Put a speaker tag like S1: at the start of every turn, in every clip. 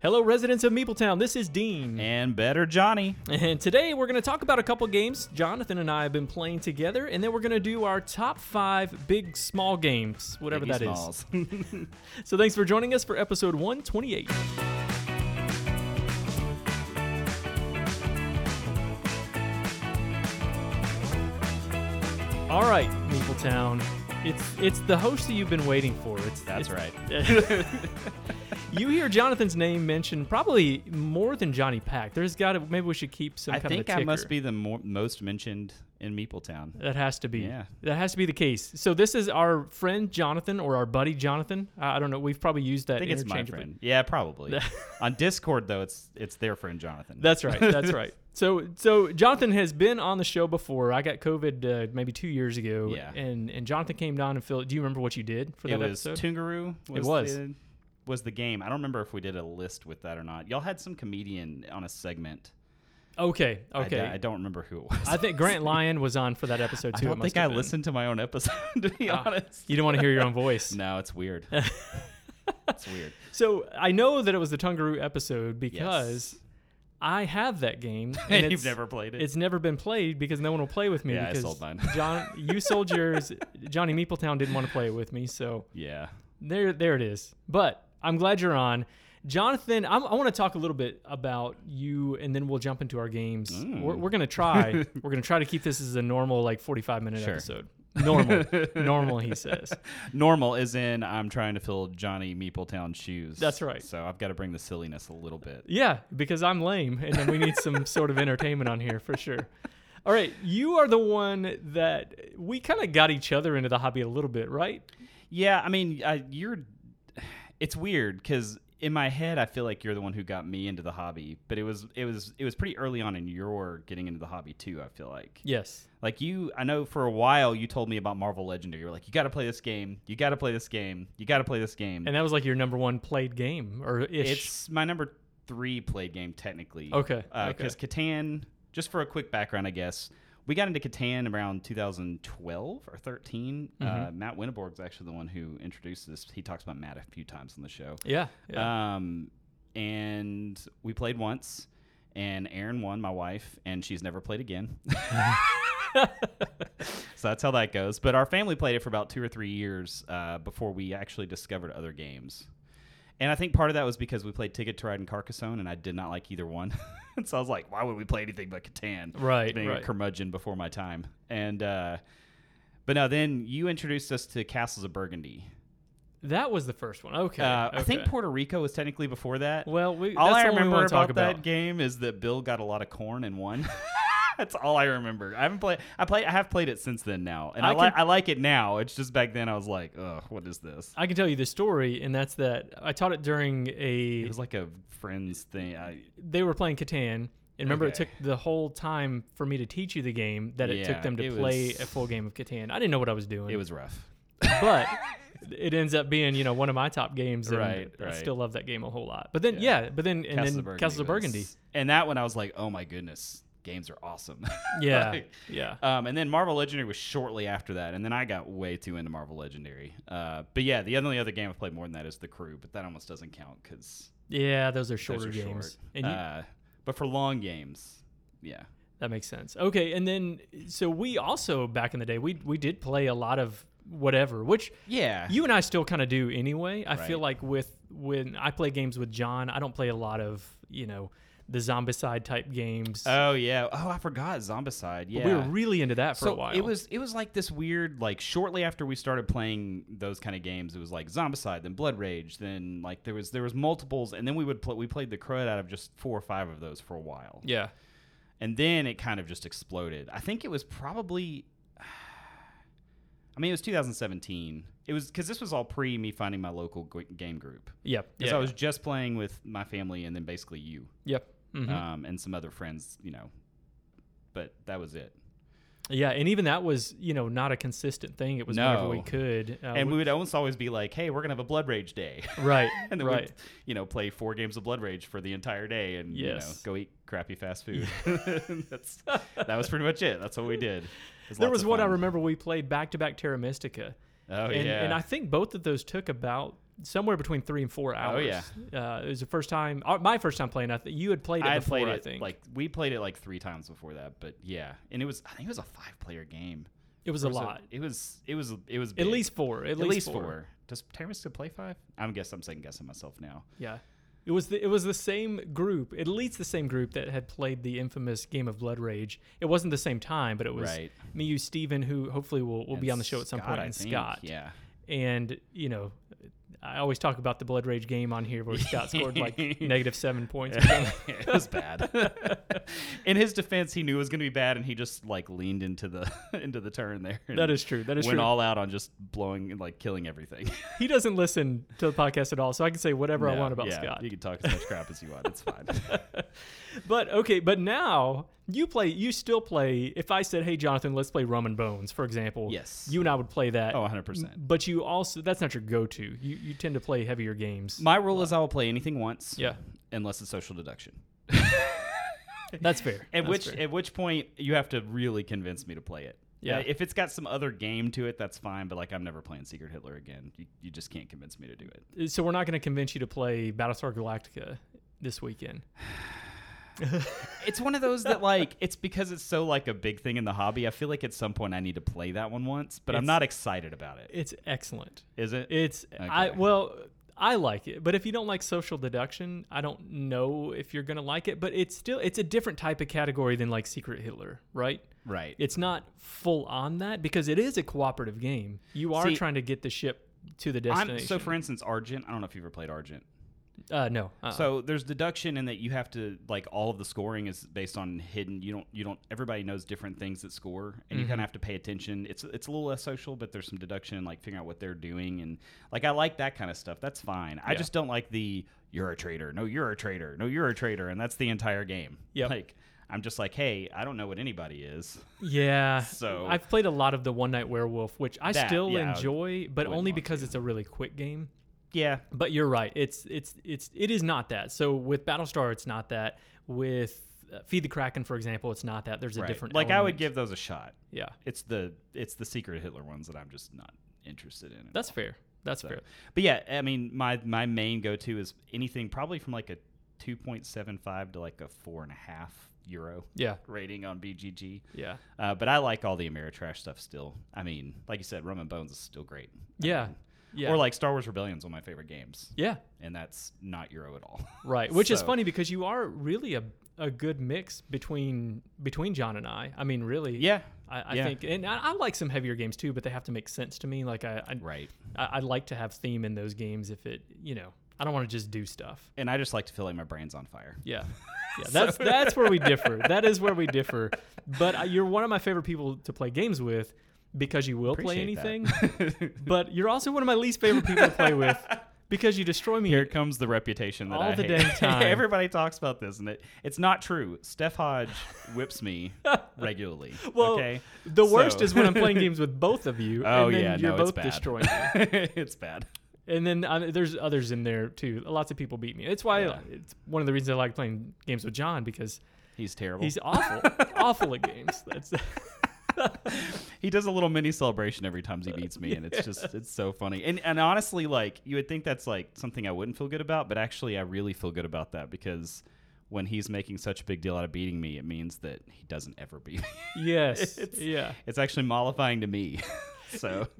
S1: Hello, residents of Meepletown. This is Dean.
S2: And better Johnny.
S1: And today we're going to talk about a couple games Jonathan and I have been playing together, and then we're going to do our top five big small games, whatever that is. So thanks for joining us for episode 128. All right, Meepletown. It's it's the host that you've been waiting for. It's
S2: That's
S1: it's-
S2: right.
S1: You hear Jonathan's name mentioned probably more than Johnny Pack. There's got to maybe we should keep some
S2: I
S1: kind
S2: think
S1: of a
S2: I must
S1: ticker. Uh,
S2: be the more, most mentioned in Meepletown.
S1: That has to be.
S2: Yeah.
S1: That has to be the case. So this is our friend Jonathan or our buddy Jonathan. I I don't know. We've probably used that
S2: I think it's my
S1: interchangeably.
S2: friend. Yeah, probably. On Discord though, it's it's their friend Jonathan.
S1: That's right. That's right. So so Jonathan has been on the show before. I got COVID uh, maybe two years ago.
S2: Yeah.
S1: And and Jonathan came down and filled. Do you remember what you did for that
S2: it was
S1: episode?
S2: Tungaroo. Was
S1: was.
S2: The, was the game. I don't remember if we did a list with that or not. Y'all had some comedian on a segment.
S1: okay.
S2: I
S1: Okay.
S2: d-
S1: I,
S2: I, don't remember who it was.
S1: think Grant Lyon was on for that episode
S2: I
S1: too. it
S2: don't
S1: must
S2: think I
S1: have been.
S2: listened to my own episode to be
S1: Ah,
S2: honest.
S1: You didn't want to hear your own voice.
S2: No, it's weird. it's weird.
S1: So I know that it was the Tungaroo episode because I have that game.
S2: And, you've
S1: it's-
S2: never played it.
S1: It's never been played because no one will play with me.
S2: Yeah, I
S1: because
S2: sold mine.
S1: John, you sold yours. Johnny Meepletown didn't want to play it with me, so
S2: yeah.
S1: there, there it is. But I'm glad you're on, Jonathan. I'm, I want to talk a little bit about you, and then we'll jump into our games.
S2: Mm.
S1: We're, we're gonna try. we're gonna try to keep this as a normal, like 45 minute
S2: Sure.
S1: episode. Normal, normal. He says.
S2: Normal is in I'm trying to fill Johnny Meepletown's shoes.
S1: That's right.
S2: So I've got to bring the silliness a little bit.
S1: Yeah, because I'm lame, and then we need some sort of entertainment on here for sure. All right, you are the one that we kind of got each other into the hobby a little bit, right?
S2: Yeah, I mean, I, you're. It's weird because in my head, I feel like you're the one who got me into the hobby, but it was it was it was pretty early on in your getting into the hobby too. I feel like
S1: Yes.
S2: like you. I know for a while you told me about Marvel Legendary. You were like, you got to play this game. You got to play this game. You got to play this game.
S1: And that was like your number one played game, or ish.
S2: It's my number three played game technically.
S1: Okay, okay.
S2: Because Catan, just for a quick background, I guess we got into Catan around 2012 or 13.
S1: Mm-hmm.
S2: Uh, Matt Winneborg's actually the one who introduced this. He talks about Matt a few times on the show.
S1: yeah. yeah.
S2: Um, and we played once, and Erin won, my wife, and she's never played again. so that's how that goes. But our family played it for about two or three years uh, before we actually discovered other games. And I think part of that was because we played Ticket to Ride and Carcassonne, and I did not like either one. and so I was like, why would we play anything but Catan?
S1: Right,
S2: Being
S1: right.
S2: a curmudgeon before my time. And, uh, but no, then you introduced us to Castles of Burgundy.
S1: that was the first one. Okay.
S2: Uh, I think
S1: okay.
S2: Puerto Rico was technically before that.
S1: Well, we,
S2: all
S1: that's
S2: I
S1: the one we
S2: remember
S1: wanna talk
S2: about,
S1: about.
S2: that game is that Bill got a lot of corn and won. that's all I remember. I haven't played. I played. I have played it since then now, and
S1: I
S2: I, li-
S1: can-
S2: I like it now. It's just back then I was like, ugh, what is this?
S1: I can tell you the story, and that's that I taught it during a.
S2: It was like a friends thing. I,
S1: they were playing Catan. And remember, it
S2: Okay.
S1: took the whole time for me to teach you the game that it took
S2: Yeah,
S1: them to
S2: it
S1: play
S2: was-
S1: a full game of Catan. I didn't know what I was doing.
S2: it was rough.
S1: but it ends up being you know one of my top games and
S2: Right,
S1: i
S2: right.
S1: still love that game a whole lot but then yeah,
S2: Yeah.
S1: but then and
S2: Castles
S1: then
S2: of Burgundy
S1: castles of
S2: was-
S1: burgundy
S2: And that one I was like, oh my goodness, games are awesome.
S1: yeah
S2: Like,
S1: yeah
S2: Um, and then Marvel Legendary was shortly after that, and then I got way too into Marvel Legendary. Uh, but yeah, the only other game I've played more than that is The Crew, but that almost doesn't count because
S1: yeah those are
S2: those
S1: shorter
S2: are
S1: games
S2: short.
S1: and you,
S2: uh, but for long games, yeah,
S1: that makes sense okay and then so we also back in the day we we did play a lot of whatever which
S2: yeah,
S1: you and i still kind of do anyway i feel
S2: Right.
S1: like with when i play games with john i don't play a lot of you know the zombicide type games
S2: Oh yeah. Oh, I forgot Zombicide. Yeah.
S1: we were really into that for
S2: so
S1: a while
S2: it was it was like this weird like shortly after we started playing those kind of games it was like Zombicide then Blood Rage then like there was there was multiples and then we would play we played the crud out of just four or five of those for a while
S1: yeah
S2: and then it kind of just exploded. I think it was probably, I mean, it was 2017. It was because this was all pre me finding my local g- game group.
S1: yep
S2: Because
S1: yeah
S2: I was just playing with my family and then basically you
S1: yep Mhm.
S2: um, and some other friends, you know. But that was it.
S1: Yeah, and even that was you know not a consistent thing. It was whenever we
S2: No.
S1: could. Uh,
S2: and we would almost always be like, hey, we're going to have a Blood Rage day.
S1: right,
S2: and then
S1: right.
S2: we'd, you know, play four games of Blood Rage for the entire day and,
S1: Yes.
S2: you know, go eat crappy fast food. That's, that was pretty much it. That's what we did. It
S1: There
S2: lots
S1: was
S2: of
S1: one I
S2: fun.
S1: remember we played back to back Terra Mystica,
S2: Oh,
S1: and,
S2: yeah.
S1: and I think both of those took about somewhere between three and four hours.
S2: Oh, yeah.
S1: uh, it was the first time, uh, my first time playing. I th- you had played it
S2: I had
S1: before,
S2: played
S1: I
S2: it
S1: think.
S2: like we played it like three times before that, but yeah, and it was I think it was a five player game.
S1: it was a
S2: Or so-
S1: lot,
S2: it was it was it was
S1: at
S2: big.
S1: least four, at,
S2: at least four.
S1: four.
S2: Does Terrence still play five? I'm guess I'm second guessing myself now.
S1: Yeah. It was the, it was the same group, at least the same group that had played the infamous game of Blood Rage. It wasn't the same time, but it was
S2: Right.
S1: me, you, Steven, who hopefully will, will be
S2: And
S1: on the show at some
S2: Scott,
S1: point,
S2: I
S1: and
S2: think.
S1: Scott.
S2: Yeah.
S1: And, you know, I always talk about the Blood Rage game on here where Scott scored like negative seven points. or something.
S2: it was bad. In his defense, he knew it was going to be bad, and he just like leaned into the into the turn there. and
S1: That is true. That is
S2: went
S1: true.
S2: all out on just blowing and like killing everything.
S1: he doesn't listen to the podcast at all, so I can say whatever I
S2: No,
S1: want about
S2: yeah,
S1: Scott.
S2: You can talk as much crap as you want. It's fine.
S1: But okay, but now you play. You still play. If I said, "Hey, Jonathan, let's play Rum and Bones," for example,
S2: Yes.
S1: you and I would play that.
S2: Oh, 100 percent.
S1: But you also that's not your go-to. You you tend to play heavier games.
S2: My rule is I will play anything once,
S1: yeah,
S2: unless it's social deduction.
S1: that's fair.
S2: At
S1: That's
S2: which
S1: fair.
S2: at which point you have to really convince me to play it.
S1: Yeah.
S2: Uh, If it's got some other game to it, that's fine. But like, I'm never playing Secret Hitler again. You, you just can't convince me to do it.
S1: so we're not going to convince you to play Battlestar Galactica this weekend.
S2: It's one of those that like it's because it's so like a big thing in the hobby. I feel like at some point I need to play that one once, but I'm
S1: It's-
S2: not excited about it.
S1: It's excellent.
S2: Is it?
S1: It's I
S2: Okay.
S1: well I like it, but if you don't like social deduction, I don't know if you're going to like it. But it's still it's a different type of category than like Secret Hitler, right?
S2: right.
S1: It's not full on that because it is a cooperative game. You are
S2: See,
S1: trying to get the ship to the
S2: I'm,
S1: destination.
S2: so for instance, Argent. I don't know if you've ever played Argent.
S1: uh, no, uh-uh.
S2: So there's deduction in that you have to like all of the scoring is based on hidden. You don't you don't everybody knows different things that score, and you
S1: Mm-hmm.
S2: kind of have to pay attention. It's it's a little less social, but there's some deduction and like figuring out what they're doing and like I like that kind of stuff. That's fine. I
S1: Yeah.
S2: just don't like the you're a traitor. No, you're a traitor. No, you're a traitor, and that's the entire game.
S1: Yep.
S2: Like I'm just like, hey, I don't know what anybody is.
S1: Yeah.
S2: So-
S1: I've played a lot of the One Night Werewolf, which I
S2: That,
S1: still
S2: yeah, I
S1: enjoy, but
S2: wouldn't
S1: only
S2: want
S1: because it's a really quick game.
S2: Yeah.
S1: But you're right. It's it's it's it is not that. So with Battlestar, it's not that. With uh, Feed the Kraken, for example, it's not that. There's a
S2: right.
S1: different
S2: Like I would
S1: element.
S2: give those a shot.
S1: Yeah,
S2: It's the it's the secret Hitler ones that I'm just not interested in. at
S1: that's fair. That's
S2: So-
S1: fair.
S2: But yeah, I mean, my my main go to is anything probably from like a two point seven five to like a four and a half euro
S1: Yeah,
S2: rating on BGG.
S1: yeah,
S2: Uh, but I like all the Ameritrash stuff still. I mean, like you said, Rum and Bones is still great.
S1: yeah, yeah.
S2: Or like Star Wars Rebellion's one of my favorite games,
S1: yeah,
S2: and that's not euro at all.
S1: right. Which is
S2: So-
S1: funny because you are really a a good mix between between John and I. I mean, really.
S2: yeah,
S1: I, I
S2: yeah.
S1: think, and I, I like some heavier games too, but they have to make sense to me. Like I, I
S2: right.
S1: I, I'd like to have theme in those games if it, you know, I don't want to just do stuff.
S2: And I just like to feel like my brain's on fire.
S1: Yeah. Yeah, that's that's where we differ. That is where we differ. But I, you're one of my favorite people to play games with because you will play
S2: Appreciate
S1: anything.
S2: that.
S1: but you're also one of my least favorite people to play with because you destroy me.
S2: Here comes the reputation that
S1: All
S2: I
S1: the
S2: hate.
S1: dang time.
S2: Everybody talks about this, and it it's not true. Steph Hodge whips me regularly.
S1: well,
S2: okay,
S1: the worst
S2: So-
S1: is when I'm playing games with both of you.
S2: Oh
S1: and then
S2: yeah,
S1: you're
S2: no,
S1: both
S2: it's bad.
S1: destroying me.
S2: it's bad.
S1: And then uh, there's others in there too. Lots of people beat me. It's why
S2: Yeah.
S1: it's one of the reasons I like playing games with John because
S2: He's terrible.
S1: he's awful, awful at games. That's
S2: he does a little mini celebration every time he beats me, and it's just it's so funny. And and honestly, like you would think that's like something I wouldn't feel good about, but actually I really feel good about that because when he's making such a big deal out of beating me, it means that he doesn't ever beat me.
S1: yes,
S2: It's-
S1: yeah.
S2: it's actually mollifying to me. so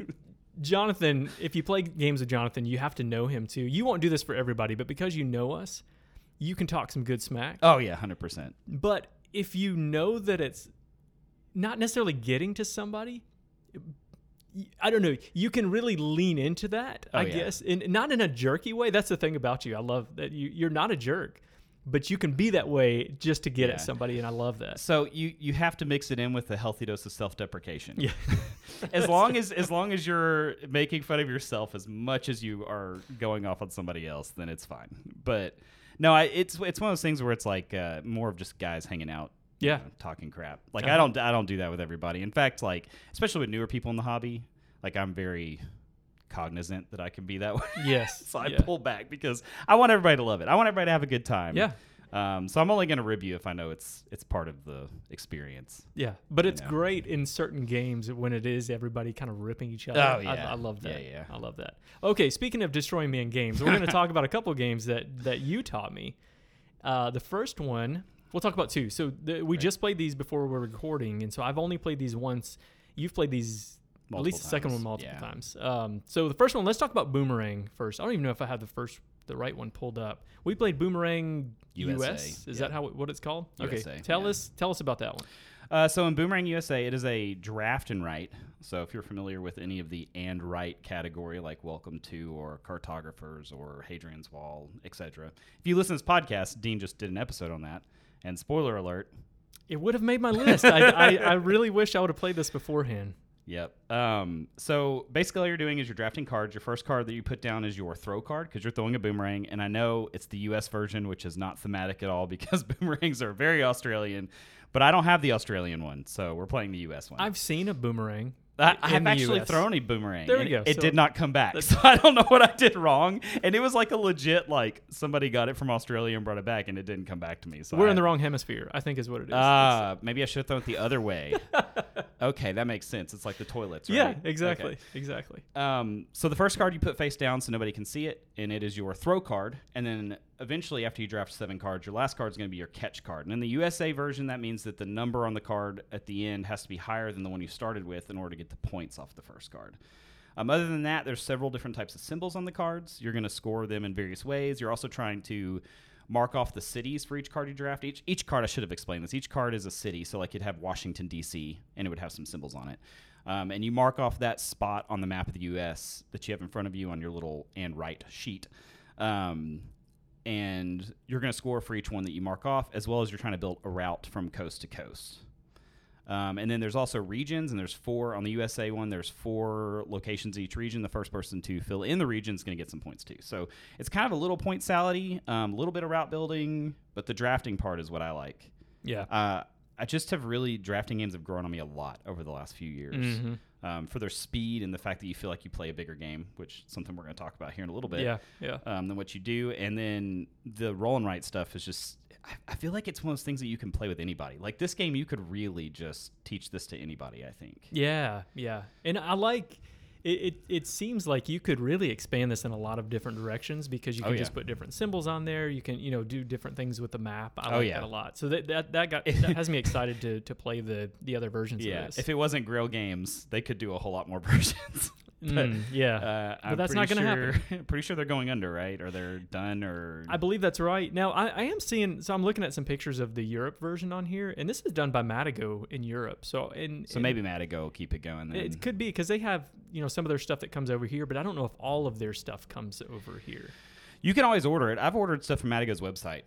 S1: Jonathan, if you play games with Jonathan, you have to know him too. You won't do this for everybody, but because you know us, you can talk some good smack.
S2: oh yeah, hundred percent.
S1: But if you know that it's not necessarily getting to somebody, I don't know. You can really lean into that, I
S2: Oh, yeah.
S1: guess, and not in a jerky way. That's the thing about you. I love that you, you're not a jerk, but you can be that way just to get
S2: Yeah.
S1: at somebody, and I love that.
S2: So you you have to mix it in with a healthy dose of self-deprecation.
S1: Yeah.
S2: as long as as long as you're making fun of yourself as much as you are going off on somebody else, then it's fine. But no, I, it's it's one of those things where it's like uh, more of just guys hanging out. you
S1: Yeah.
S2: know, talking crap. Like
S1: Uh-huh.
S2: I don't I don't do that with everybody. In fact, like especially with newer people in the hobby, like I'm very cognizant that I can be that way.
S1: Yes.
S2: so I
S1: yeah.
S2: pull back because I want everybody to love it. I want everybody to have a good time.
S1: Yeah.
S2: Um, so I'm only going to review if I know it's it's part of the experience.
S1: Yeah, but it's
S2: know.
S1: great in certain games when it is everybody kind of ripping each other.
S2: Oh,
S1: I- I,
S2: yeah.
S1: love that.
S2: Yeah, yeah.
S1: I love that. Okay, speaking of destroying me in games, we're going to talk about a couple games that that you taught me. Uh, the first one, we'll talk about two. So the, we just played these before we were recording, and so I've only played these once. You've played these at least
S2: Multiple
S1: the second one
S2: times,
S1: multiple
S2: yeah.
S1: times. Um, so the first one, let's talk about Boomerang first. I don't even know if I had the first the right one pulled up. We played Boomerang
S2: USA,
S1: US. Is
S2: yeah.
S1: that how it, what it's called? okay,
S2: USA,
S1: tell
S2: yeah.
S1: us tell us about that one.
S2: Uh, so in Boomerang USA, it is a draft and write. So if you're familiar with any of the and write category, like Welcome to or Cartographers or Hadrian's Wall, etc. If you listen to this podcast, Dean just did an episode on that. And spoiler alert,
S1: It would have made my list. I, I, I really wish I would have played this beforehand.
S2: Yep. Um, so basically, all you're doing is you're drafting cards. Your first card that you put down is your throw card because you're throwing a boomerang. And I know it's the U.S. version, which is not thematic at all because boomerangs are very Australian. But I don't have the Australian one, so we're playing the U.S. one.
S1: I've seen a boomerang.
S2: I,
S1: in
S2: I have
S1: the
S2: actually
S1: US.
S2: thrown a boomerang.
S1: There we go.
S2: and It
S1: So-
S2: did not come back. So I don't know what I did wrong. And it was like a legit like somebody got it from Australia and brought it back, and it didn't come back to me. So
S1: We're
S2: I-
S1: in the wrong hemisphere, I think is what it is.
S2: Ah, maybe I should have thrown it the other way. okay, that makes sense. It's like the toilets, right?
S1: yeah,
S2: Okay.
S1: exactly. Exactly.
S2: Um, so the first card you put face down so nobody can see it, and it is your throw card. And then eventually, after you draft seven cards, your last card is going to be your catch card. And in the USA version, that means that the number on the card at the end has to be higher than the one you started with in order to get the points off the first card. Um, other than that, there's several different types of symbols on the cards. You're going to score them in various ways. You're also trying to mark off the cities for each card you draft. Each each card I should have explained this. Each card is a city, so like you'd have Washington D.C. and it would have some symbols on it. Um, and you mark off that spot on the map of the U.S. that you have in front of you on your little and right sheet. Um, and you're going to score for each one that you mark off, as well as you're trying to build a route from coast to coast. Um, and then there's also regions, and there's four on the USA one. There's four locations in each region. The first person to fill in the region is going to get some points too. So it's kind of a little point salady, um, a little bit of route building, but the drafting part is what I like.
S1: Yeah.
S2: Uh, I just have really drafting games have grown on me a lot over the last few years
S1: Mm-hmm.
S2: um, for their speed and the fact that you feel like you play a bigger game, which is something we're going to talk about here in a little bit
S1: Yeah. Yeah.
S2: um, than what you do. And then the roll and write stuff is just, I, I feel like it's one of those things that you can play with anybody. Like this game, you could really just teach this to anybody, I think.
S1: Yeah. Yeah. And I like it, it, it seems like you could really expand this in a lot of different directions because you
S2: Oh,
S1: can just
S2: yeah.
S1: put different symbols on there. You can, you know, do different things with the map. I like
S2: Oh, yeah.
S1: that a lot. So that that, that got that has me excited to to play the the other versions
S2: Yeah.
S1: of this.
S2: If it wasn't grill games, they could do a whole lot more versions. but,
S1: Mm, yeah.
S2: uh,
S1: But
S2: I'm
S1: that's not
S2: pretty
S1: gonna
S2: sure- pretty sure they're going under, right? Or they're done, or
S1: I believe that's right. Now I, I am seeing so I'm looking at some pictures of the Europe version on here, and this is done by Madigo in Europe. So in
S2: so maybe Madigo will keep it going. Then.
S1: it could be because they have you know some of their stuff that comes over here, but I don't know if all of their stuff comes over here.
S2: You can always order it. I've ordered stuff from Madigo's website.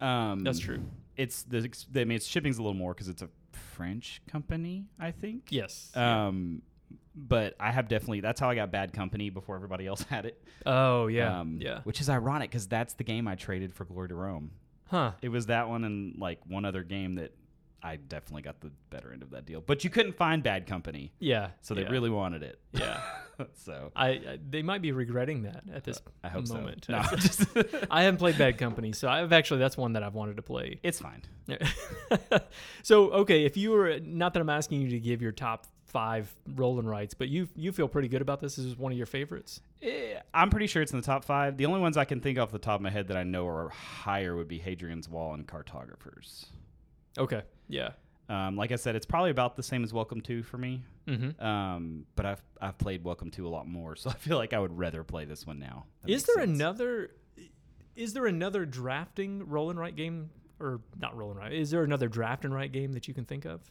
S2: Um,
S1: That's true.
S2: It's the ex- I mean, it's shipping's a little more because it's a French company, I think.
S1: Yes.
S2: Um, but I have definitely that's how I got Bad Company before everybody else had it.
S1: oh yeah.
S2: um,
S1: yeah.
S2: Which is ironic because that's the game I traded for Glory to Rome.
S1: Huh.
S2: It was that one and like one other game that I definitely got the better end of that deal. But you couldn't find Bad Company,
S1: Yeah.
S2: so they
S1: yeah.
S2: really wanted it.
S1: Yeah.
S2: so
S1: I, I they might be regretting that at this
S2: I hope
S1: moment.
S2: so. No, just-
S1: I haven't played Bad Company, so I've actually that's one that I've wanted to play.
S2: it's fine.
S1: so okay, if you were not that I'm asking you to give your top five rolling rights, but you you feel pretty good about this. This is one of your favorites.
S2: Eh, I'm pretty sure it's in the top five. The only ones I can think off the top of my head that I know are higher would be Hadrian's Wall and Cartographers.
S1: Okay. Yeah.
S2: Um, like I said, it's probably about the same as Welcome to for me.
S1: Mm-hmm.
S2: Um, but I've I've played Welcome to a lot more, so I feel like I would rather play this one now. That
S1: Is
S2: makes
S1: there
S2: sense.
S1: another? Is there another drafting roll and write game, or not roll and write? Is there another draft and write game that you can think of?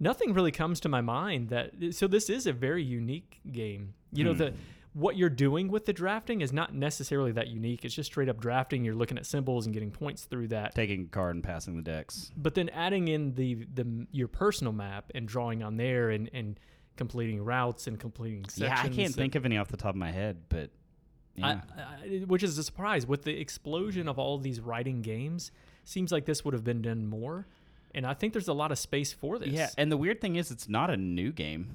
S1: Nothing really comes to my mind that. So this is a very unique game. You know
S2: Hmm.
S1: the what you're doing with the drafting is not necessarily that unique. It's just straight up drafting. You're looking at symbols and getting points through that.
S2: taking a card and passing the decks?
S1: But then adding in the the your personal map and drawing on there and and completing routes and completing sections.
S2: yeah, I can't
S1: and-
S2: think of any off the top of my head, but yeah.
S1: I, I, which is a surprise with the explosion of all these writing games seems like this would have been done more and i think there's a lot of space for this
S2: yeah, and the weird thing is, it's not a new game.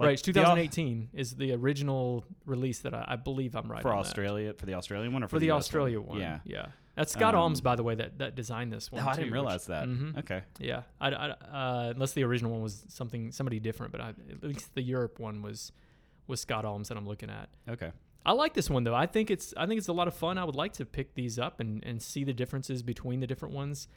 S2: Like,
S1: right it's
S2: the au-
S1: 2018 is the original release that i, I believe i'm right
S2: for
S1: on that.
S2: Australia for the Australian one or for,
S1: for the
S2: US one?
S1: australia one
S2: Yeah,
S1: yeah That's Scott
S2: Um,
S1: Alms, by the way, that, that designed this one.
S2: No, I
S1: too,
S2: didn't
S1: which-
S2: realize that.
S1: Mhm.
S2: Okay.
S1: Yeah, I, I- uh, unless the original one was something somebody different, but I, at least the Europe one was was Scott Alms that I'm looking at.
S2: Okay.
S1: I like this one though. I think it's I think it's a lot of fun. I would like to pick these up and, and see the differences between the different ones.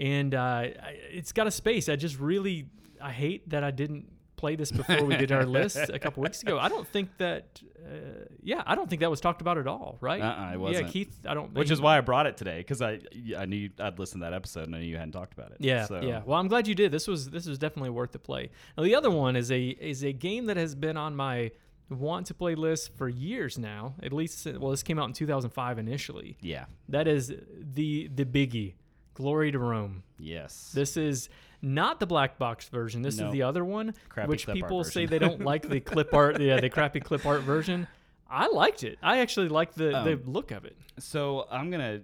S1: And uh, I- it's got a space. I just really I hate that I didn't play this before we did our list a couple weeks ago. I don't think that uh, yeah I don't think that was talked about at all. Right?
S2: Uh-uh, it
S1: Yeah,
S2: wasn't.
S1: Keith. I don't.
S2: Which
S1: he-
S2: is why I brought it today because I I knew I'd listened to that episode and I knew you hadn't talked about it.
S1: Yeah,
S2: So,
S1: yeah. Well, I'm glad you did. This was this was definitely worth the play. Now the other one is a is a game that has been on my want to play list for years now. At least well, this came out in 2005 initially.
S2: Yeah.
S1: That is the the biggie, Glory to Rome.
S2: Yes.
S1: This is not the black box version. This is
S2: No.
S1: the other one,
S2: Crappy
S1: which
S2: clip art
S1: people say
S2: version.
S1: they don't like the clip art. Yeah, the crappy clip art version. I liked it. I actually liked the the
S2: Um,
S1: look of it.
S2: so I'm gonna.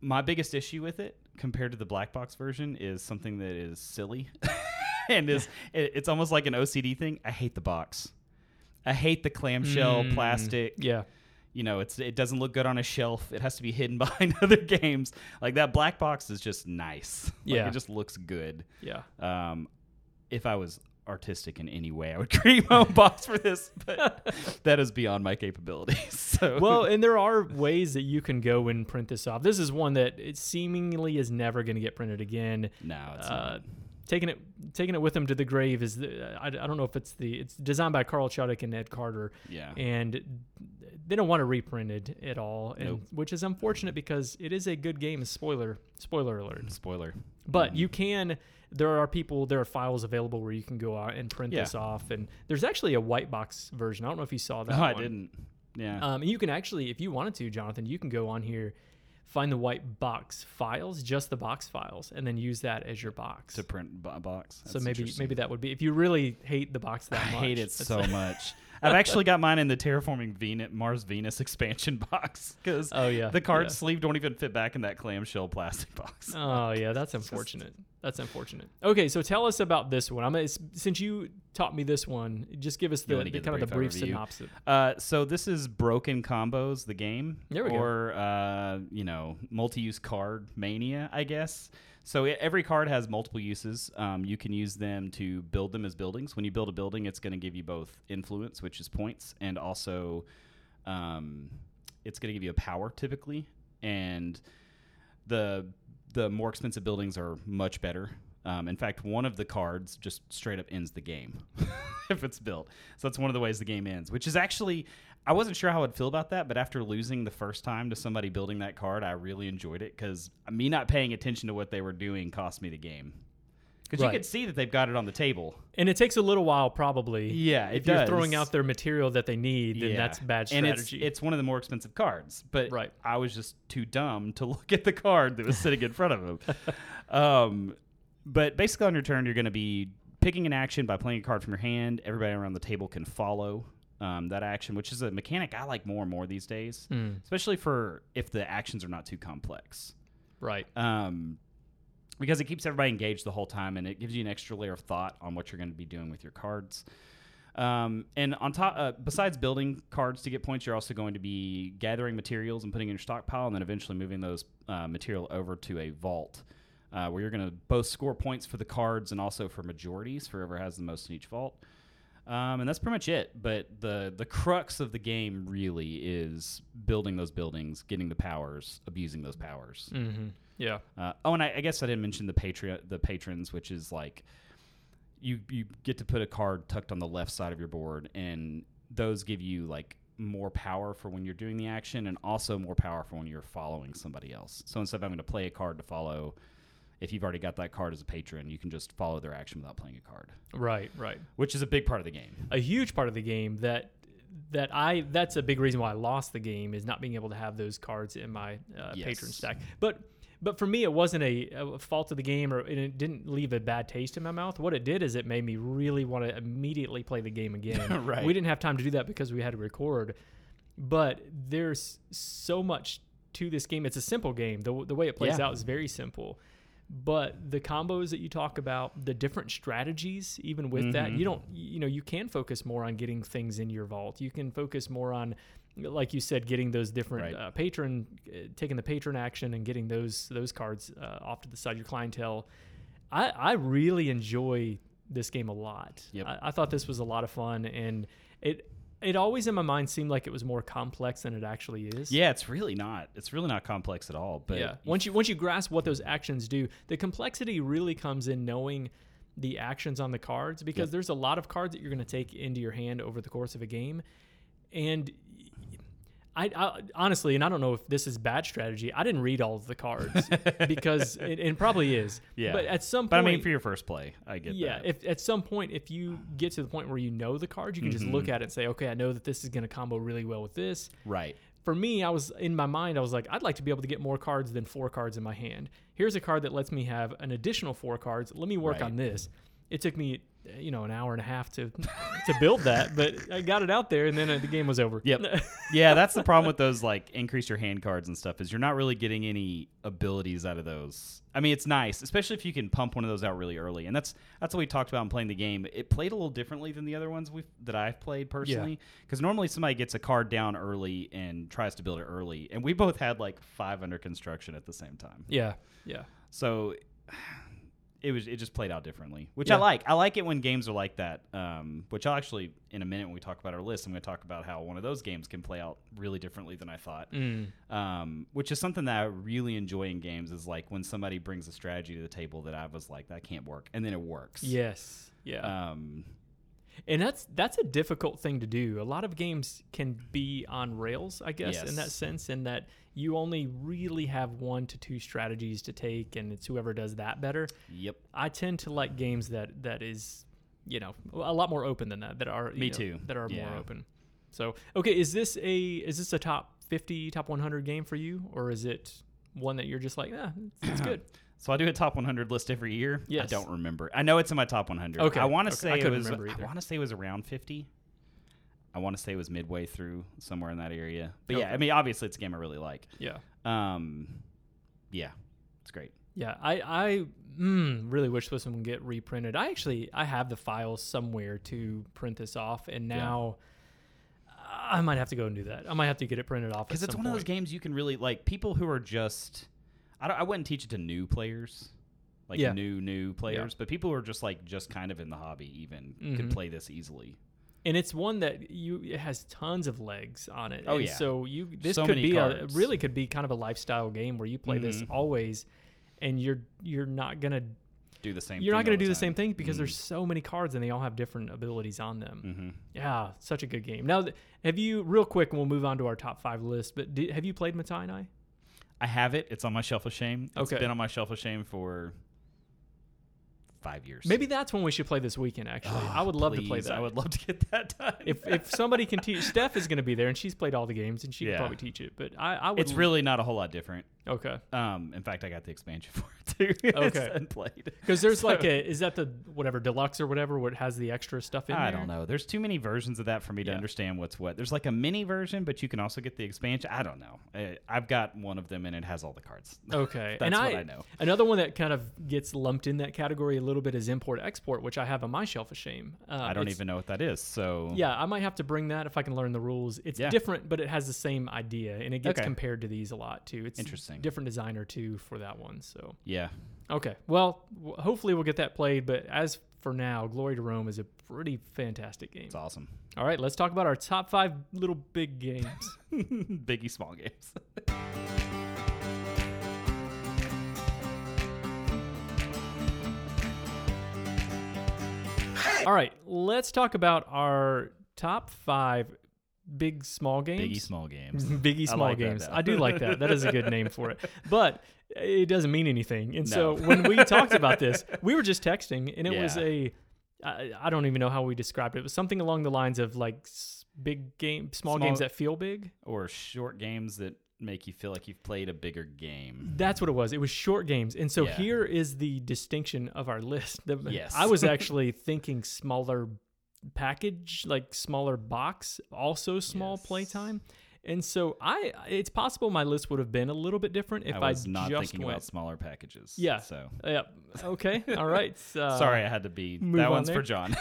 S2: My biggest issue with it compared to the black box version is something that is silly, and is it, it's almost like an OCD thing. I hate the box. I hate the clamshell
S1: Mm,
S2: plastic.
S1: Yeah.
S2: you know it's it doesn't look good on a shelf it has to be hidden behind other games like that black box is just nice Like,
S1: Yeah.
S2: it just looks good
S1: Yeah.
S2: um if i was artistic in any way i would create my own box for this but that is beyond my capabilities so
S1: well, and there are ways that you can go and print this off. This is one that it seemingly is never going to get printed again.
S2: no it's
S1: Uh,
S2: not.
S1: taking it taking it with them to the grave is the, I, I don't know if it's the it's designed by Carl Chudik and Ed Carter
S2: yeah
S1: and they don't want to reprint it at all and
S2: Nope.
S1: which is unfortunate because it is a good game spoiler spoiler alert
S2: spoiler
S1: but
S2: Mm-hmm.
S1: you can there are people there are files available where you can go out and print
S2: Yeah.
S1: this off and there's actually a white box version i don't know if you saw that
S2: no i
S1: one.
S2: didn't yeah
S1: Um, and you can actually, if you wanted to, Jonathan, you can go on here, find the white box files, just the box files, and then use that as your box.
S2: to print bo- a box
S1: so
S2: That's
S1: maybe
S2: interesting.
S1: maybe that would be if you really hate the box that
S2: I
S1: much.
S2: hate it
S1: that's-
S2: so much. I've actually got mine in the terraforming Venus, Mars Venus expansion box because
S1: Oh, yeah,
S2: the card
S1: yeah.
S2: sleeve don't even fit back in that clamshell plastic box.
S1: Oh yeah, that's unfortunate. That's unfortunate. Okay, so tell us about this one. I'm gonna, s- since you taught me this one, just give us the,
S2: wanna
S1: the
S2: give the
S1: kind of the brief
S2: brief overview?
S1: synopsis.
S2: Uh, so this is broken combos, the game,
S1: There we go.
S2: or uh, you know, multi-use card mania, I guess. So e- every card has multiple uses. Um, you can use them to build them as buildings. When you build a building, it's going to give you both influence, which is points, and also um, it's going to give you a power typically. And the the more expensive buildings are much better. Um, in fact, one of the cards just straight up ends the game if it's built. So that's one of the ways the game ends, which is actually I wasn't sure how I'd feel about that, but after losing the first time to somebody building that card, I really enjoyed it because me not paying attention to what they were doing cost me the game. Because
S1: Right.
S2: you could see that they've got it on the table.
S1: And it takes a little while, probably.
S2: Yeah, it
S1: if you're throwing
S2: does.
S1: out their material that they need, then
S2: Yeah.
S1: that's bad
S2: and
S1: strategy.
S2: it's, it's one of the more expensive cards but
S1: Right.
S2: i was just too dumb to look at the card that was sitting in front of him um, but basically on your turn you're going to be picking an action by playing a card from your hand everybody around the table can follow um, that action which is a mechanic i like more and more these days
S1: Mm,
S2: especially for if the actions are not too complex
S1: right.
S2: um, because it keeps everybody engaged the whole time and it gives you an extra layer of thought on what you're going to be doing with your cards. Um, and on top, uh, besides building cards to get points, you're also going to be gathering materials and putting in your stockpile, and then eventually moving those uh, material over to a vault, uh, where you're going to both score points for the cards and also for majorities for whoever has the most in each vault. Um, and that's pretty much it. But the the crux of the game really is building those buildings, getting the powers, abusing those powers.
S1: hmm Yeah.
S2: Uh, oh, and I, I guess I didn't mention the patreon, the patrons, which is like you you get to put a card tucked on the left side of your board, and those give you like more power for when you're doing the action, and also more power for when you're following somebody else. So instead of having to play a card to follow, if you've already got that card as a patron, you can just follow their action without playing a card,
S1: Right. Right.
S2: which is a big part of the game.
S1: a huge part of the game that that I that's a big reason why I lost the game is not being able to have those cards in my uh,
S2: Yes.
S1: patron stack. But but for me, it wasn't a, a fault of the game, or and it didn't leave a bad taste in my mouth. What it did is it made me really want to immediately play the game again.
S2: Right.
S1: We didn't have time to do that because we had to record. But there's so much to this game. It's a simple game. The, the way it plays
S2: Yeah.
S1: out is very simple. But the combos that you talk about, the different strategies, even with that,
S2: Mm-hmm.
S1: you don't, you know, you can focus more on getting things in your vault. You can focus more on, like you said, getting those different
S2: Right.
S1: uh, patron, uh, taking the patron action and getting those those cards uh, off to the side, your clientele. I, I really enjoy this game a lot.
S2: Yep.
S1: I, I thought this was a lot of fun, and it it always in my mind seemed like it was more complex than it actually is.
S2: Yeah, it's really not. It's really not complex at all. But
S1: yeah. Once you once you grasp what those actions do, the complexity really comes in knowing the actions on the cards because there's a lot of cards that you're going to take into your hand over the course of a game, and I, I honestly, and I don't know if this is bad strategy. I didn't read all of the cards because it, it probably is.
S2: Yeah.
S1: But at some
S2: But
S1: point,
S2: I mean, for your first play, I get
S1: yeah,
S2: that.
S1: if at some point if you get to the point where you know the card, you can just
S2: Mm-hmm.
S1: look at it and say, okay, I know that this is going to combo really well with this.
S2: right.
S1: For me, I was in my mind, I was like, I'd like to be able to get more cards than four cards in my hand. Here's a card that lets me have an additional four cards. Let me work
S2: Right.
S1: on this. It took me, uh, you know, an hour and a half to to build that, but I got it out there, and then uh, the game was over.
S2: Yep. yeah, that's the problem with those like increase your hand cards and stuff is you're not really getting any abilities out of those. I mean, it's nice, especially if you can pump one of those out really early. And that's that's what we talked about in playing the game. It played a little differently than the other ones we that I've played personally because normally somebody gets a card down early and tries to build it early, and we both had like five under construction at the same time.
S1: yeah, yeah,
S2: So it was it just played out differently, which
S1: Yeah.
S2: I like. I like it when games are like that. Um, which I'll actually in a minute when we talk about our list, I'm going to talk about how one of those games can play out really differently than I thought.
S1: Mm.
S2: Um, which is something that I really enjoy in games is like when somebody brings a strategy to the table that I was like that can't work, and then it works.
S1: yes, yeah.
S2: Um,
S1: and that's that's a difficult thing to do. A lot of games can be on rails, I guess, in
S2: Yes.
S1: that sense, in that you only really have one to two strategies to take, and it's whoever does that better.
S2: yep.
S1: I tend to like games that that is, you know, a lot more open than that. That are you
S2: Me
S1: know,
S2: too.
S1: That are more
S2: Yeah.
S1: open. So okay, is this a is this a top fifty, top one hundred game for you, or is it one that you're just like, yeah, it's, it's good.
S2: So I do a top 100 list every year. I
S1: Yes.
S2: don't remember. I know it's in my top 100.
S1: Okay,
S2: I want to
S1: okay. I
S2: say it
S1: couldn't
S2: was.
S1: remember either.
S2: I want to say it was around 50. I want to say it was midway through somewhere in that area. But yeah,
S1: Okay.
S2: I mean, obviously it's a game I really like.
S1: Yeah,
S2: Um, yeah, it's great.
S1: yeah. I I mm, really wish this one would get reprinted. I actually I have the files somewhere to print this off, and
S2: Yeah.
S1: now. I might have to go and do that. I might have to get it printed off
S2: Because
S1: at
S2: it's
S1: some
S2: one of those
S1: point.
S2: games you can really like. People who are just, I don't, I wouldn't teach it to new players, like
S1: Yeah.
S2: new new players. But people who are just like just kind of in the hobby even
S1: Mhm.
S2: could play this easily.
S1: and it's one that you it has tons of legs on it.
S2: Oh,
S1: And
S2: yeah.
S1: So you this
S2: So
S1: could
S2: many
S1: be
S2: cards.
S1: a really could be kind of a lifestyle game where you play this
S2: Mhm.
S1: always, and you're you're not gonna
S2: Do the same.
S1: you're not
S2: thing
S1: gonna
S2: all
S1: do the
S2: time.
S1: same thing because
S2: Mhm.
S1: there's so many cards and they all have different abilities on them.
S2: Mhm.
S1: Yeah, such a good game. Now, th- have you real quick? and We'll move on to our top five list. But did, have you played Matai and I?
S2: I have it. It's on my shelf of shame. It's
S1: Okay.
S2: been on my shelf of shame for five years.
S1: Maybe that's one we should play this weekend. Actually,
S2: Ah,
S1: I would love to play
S2: please,
S1: that.
S2: I would love to get that done.
S1: if if somebody can teach, Steph is going to be there, and she's played all the games, and she
S2: Yeah.
S1: can probably teach it. But I, I would.
S2: it's really not a whole lot different.
S1: okay.
S2: Um, in fact, I got the expansion for it too. It's
S1: Okay.
S2: unplayed.
S1: Because there's
S2: So-
S1: like a is that the whatever deluxe or whatever what has the extra stuff in
S2: I
S1: there?
S2: don't know. There's too many versions of that for me to
S1: Yeah.
S2: understand what's what. There's like a mini version, but you can also get the expansion. I don't know. I, I've got one of them and it has all the cards.
S1: Okay,
S2: That's
S1: and
S2: what
S1: I,
S2: I know.
S1: Another one that kind of gets lumped in that category a little bit is import export, which I have on my shelf of shame. Um,
S2: I don't
S1: it's-
S2: even know what that is. So
S1: Yeah, I might have to bring that if I can learn the rules. It's
S2: Yeah.
S1: different, but it has the same idea, and it gets
S2: Okay.
S1: compared to these a lot too. It's
S2: Interesting.
S1: Different designer too for that one. So
S2: yeah,
S1: okay, well, w- hopefully we'll get that played. But as for now, Glory to Rome is a pretty fantastic game.
S2: it's awesome.
S1: All right, let's talk about our top five little big games.
S2: Biggie small games.
S1: All right, let's talk about our top five big small
S2: Biggie
S1: games.
S2: small games.
S1: Biggie
S2: I
S1: small
S2: like that
S1: games.
S2: now.
S1: I do like that. That is a good name for it. But it doesn't mean anything. And so
S2: No.
S1: when we talked about this, we were just texting, and it was
S2: Yeah.
S1: a I, I don't even know how we described it. It was something along the lines of like s- big game, small,
S2: Small-
S1: games that feel big.
S2: or short games that make you feel like you've played a bigger game.
S1: That's what it was. It was short games. And so
S2: Yeah.
S1: here is the distinction of our list. The-
S2: Yes.
S1: I was actually thinking smaller package, like smaller box, also small
S2: Yes.
S1: playtime. And so I, it's possible my list would have been a little bit different if
S2: I
S1: I,
S2: was not
S1: just
S2: thinking
S1: went.
S2: about smaller packages.
S1: Yeah.
S2: So
S1: Yep. Okay. All right. Uh,
S2: sorry, I had to be.
S1: move
S2: That
S1: on
S2: one's
S1: there.
S2: for John.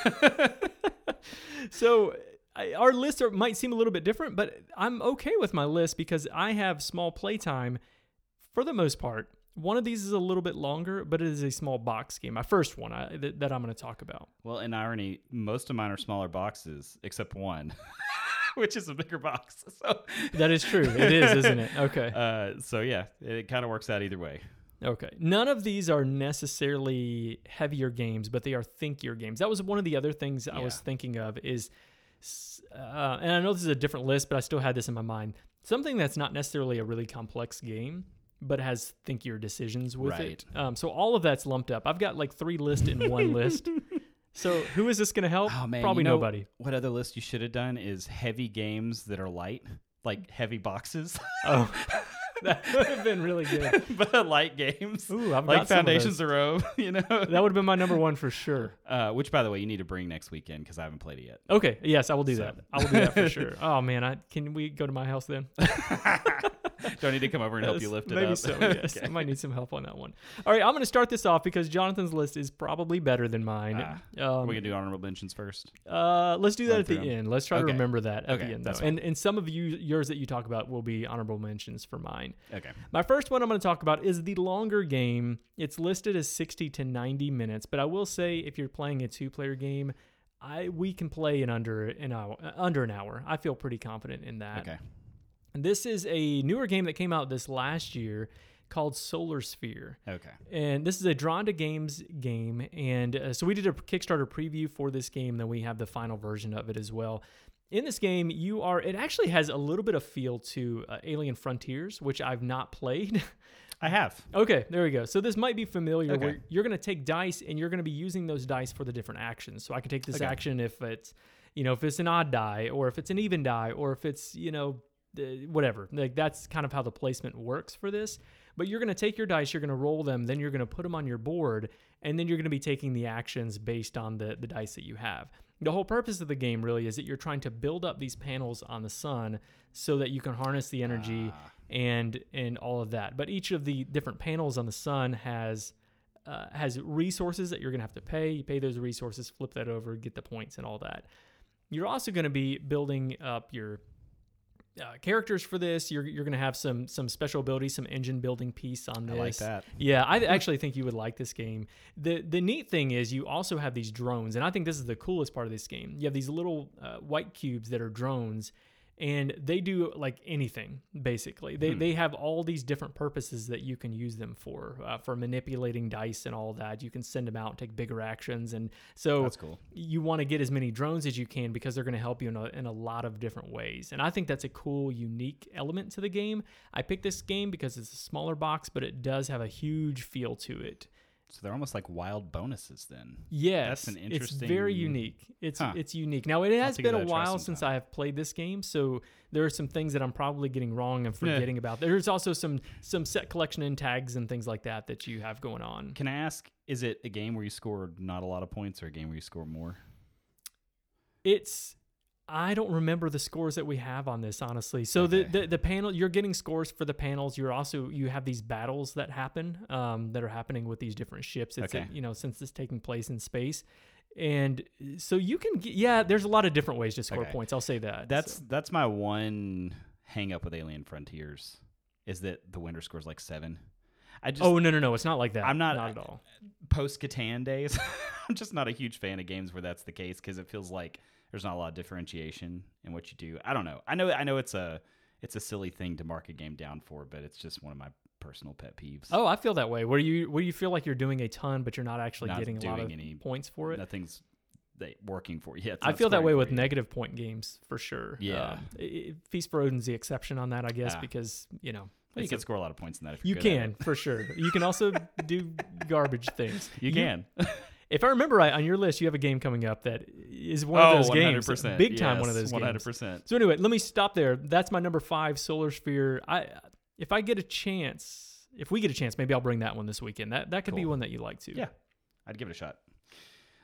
S1: So I, our list are, might seem a little bit different, but I'm okay with my list because I have small playtime for the most part. One of these is a little bit longer, but it is a small box game. My first one I, th- that I'm going to talk about.
S2: well, in irony, most of mine are smaller boxes except one, which is a bigger box. So.
S1: That is true. It is, isn't it? Okay.
S2: Uh, so yeah, it kind of works out either way.
S1: Okay. None of these are necessarily heavier games, but they are thinkier games. That was one of the other things I was
S2: Yeah.
S1: thinking of is, s- uh, and I know this is a different list, but I still had this in my mind. Something that's not necessarily a really complex game, but has thinkier decisions with it. Um, so all of that's lumped up. I've got like three lists in one list. So who is this going to help?
S2: Oh man,
S1: Probably
S2: you know
S1: nobody.
S2: What other list you should have done is heavy games that are light, like heavy boxes,
S1: Oh, that would have been really good.
S2: but light games,
S1: Ooh, I've
S2: like
S1: got some of those.
S2: Foundations of Rome. You know,
S1: That would have been my number one for sure.
S2: uh, which by the way, you need to bring next weekend because I haven't played it yet.
S1: Okay. Yes, I will do
S2: So-
S1: that. I will do that for sure. Oh man, I can we go to my house then?
S2: Do I need to come over and help you
S1: Yes,
S2: lift it
S1: Maybe
S2: up?
S1: so. Yes,
S2: Okay.
S1: I might need some help on that one. All right, I'm going to start this off because Jonathan's list is probably better than mine.
S2: Ah,
S1: um,
S2: Are we gonna do honorable mentions first?
S1: uh, let's do
S2: run
S1: that at the
S2: through 'em?
S1: end. Let's try to
S2: Okay.
S1: remember that at
S2: Okay,
S1: the end.
S2: that's
S1: Though. And and some of you yours that you talk about will be honorable mentions for mine.
S2: Okay.
S1: My first one I'm going to talk about is the longer game. It's listed as 60 to 90 minutes, but I will say if you're playing a two-player game, I we can play in under an hour. uh, Under an hour, I feel pretty confident in that.
S2: Okay.
S1: This is a newer game that came out this last year called Solar Sphere.
S2: Okay.
S1: And this is a Drawn to Games game. And uh, so we did a Kickstarter preview for this game, then we have the final version of it as well. In this game, you are, it actually has a little bit of feel to uh, Alien Frontiers, which I've not played.
S2: I have.
S1: okay, there we go. So this might be familiar
S2: Okay.
S1: where you're going to take dice and you're going to be using those dice for the different actions. So I can take this
S2: Okay.
S1: action if it's, you know, if it's an odd die or if it's an even die or if it's, you know, uh, whatever. Like that's kind of how the placement works for this. But you're going to take your dice, you're going to roll them, then you're going to put them on your board, and then you're going to be taking the actions based on the, the dice that you have. The whole purpose of the game really is that you're trying to build up these panels on the sun so that you can harness the energy and and all of that. But each of the different panels on the sun has uh, has resources that you're gonna have to pay. You pay those resources, flip that over, get the points, and all that. You're also gonna be building up your uh, characters for this. You're you're gonna have some some special abilities, some engine building piece on
S2: I
S1: this.
S2: like that.
S1: Yeah, I actually think you would like this game. the The neat thing is you also have these drones, and I think this is the coolest part of this game. You have these little uh, white cubes that are drones, and they do like anything basically.
S2: Hmm.
S1: They they have all these different purposes that you can use them for, uh, for manipulating dice and all that. You can send them out, take bigger actions, and so
S2: That's cool.
S1: you want to get as many drones as you can because they're going to help you in a, in a lot of different ways. And I think that's a cool, unique element to the game. I picked this game because it's a smaller box, but it does have a huge feel to it.
S2: So they're almost like wild bonuses then.
S1: Yes,
S2: an
S1: It's very
S2: interesting-
S1: unique. It's
S2: Huh.
S1: it's unique. Now it has
S2: to
S1: been
S2: give
S1: a
S2: that a try
S1: while since I have played this game, so there are some things that I'm probably getting wrong and
S2: Yeah.
S1: forgetting about. There's also some some set collection and tags and things like that that you have going on.
S2: Can I ask, is it a game where you score not a lot of points or a game where you score more?
S1: it's I don't remember the scores that we have on this honestly. So the,
S2: Okay.
S1: the the panel you're getting scores for the panels. You're also you have these battles that happen um, that are happening with these different ships. It's
S2: Okay.
S1: you know since it's taking place in space, and so you can get, yeah. There's a lot of different ways to score
S2: Okay.
S1: points. I'll say that.
S2: That's
S1: So-
S2: that's my one hang up with Alien Frontiers is that the winner scores like seven. I just
S1: oh no no no it's not like that.
S2: I'm not-
S1: not at all.
S2: post Catan days. I'm just not a huge fan of games where that's the case because it feels like there's not a lot of differentiation in what you do. I don't know. I know I know it's a it's a silly thing to mark a game down for, but it's just one of my personal pet peeves.
S1: Oh, I feel that way. Where you where you feel like you're doing a ton, but you're not actually
S2: Not
S1: getting a lot
S2: doing
S1: of
S2: any-
S1: points for it.
S2: nothing's they, working for you. Yeah, it's
S1: I
S2: not
S1: feel that
S2: scoring
S1: way
S2: for
S1: with
S2: you.
S1: negative point games for sure.
S2: Yeah.
S1: Um, i- i- Feast for Odin's the exception on that, I guess,
S2: Ah.
S1: because you know
S2: Well, You
S1: it's
S2: can
S1: a-
S2: score a lot of points in that. If
S1: you
S2: you're good at
S1: can
S2: it.
S1: for sure. You can also do garbage things.
S2: You can.
S1: If I remember right, on your list you have a game coming up that is one
S2: Oh,
S1: of those games, big time one of those
S2: One hundred
S1: games.
S2: percent.
S1: So anyway, let me stop there. That's my number five, Solar Sphere. I if I get a chance, if we get a chance, maybe I'll bring that one this weekend. That that could be
S2: Cool.
S1: one that you like too.
S2: Yeah, I'd give it a shot.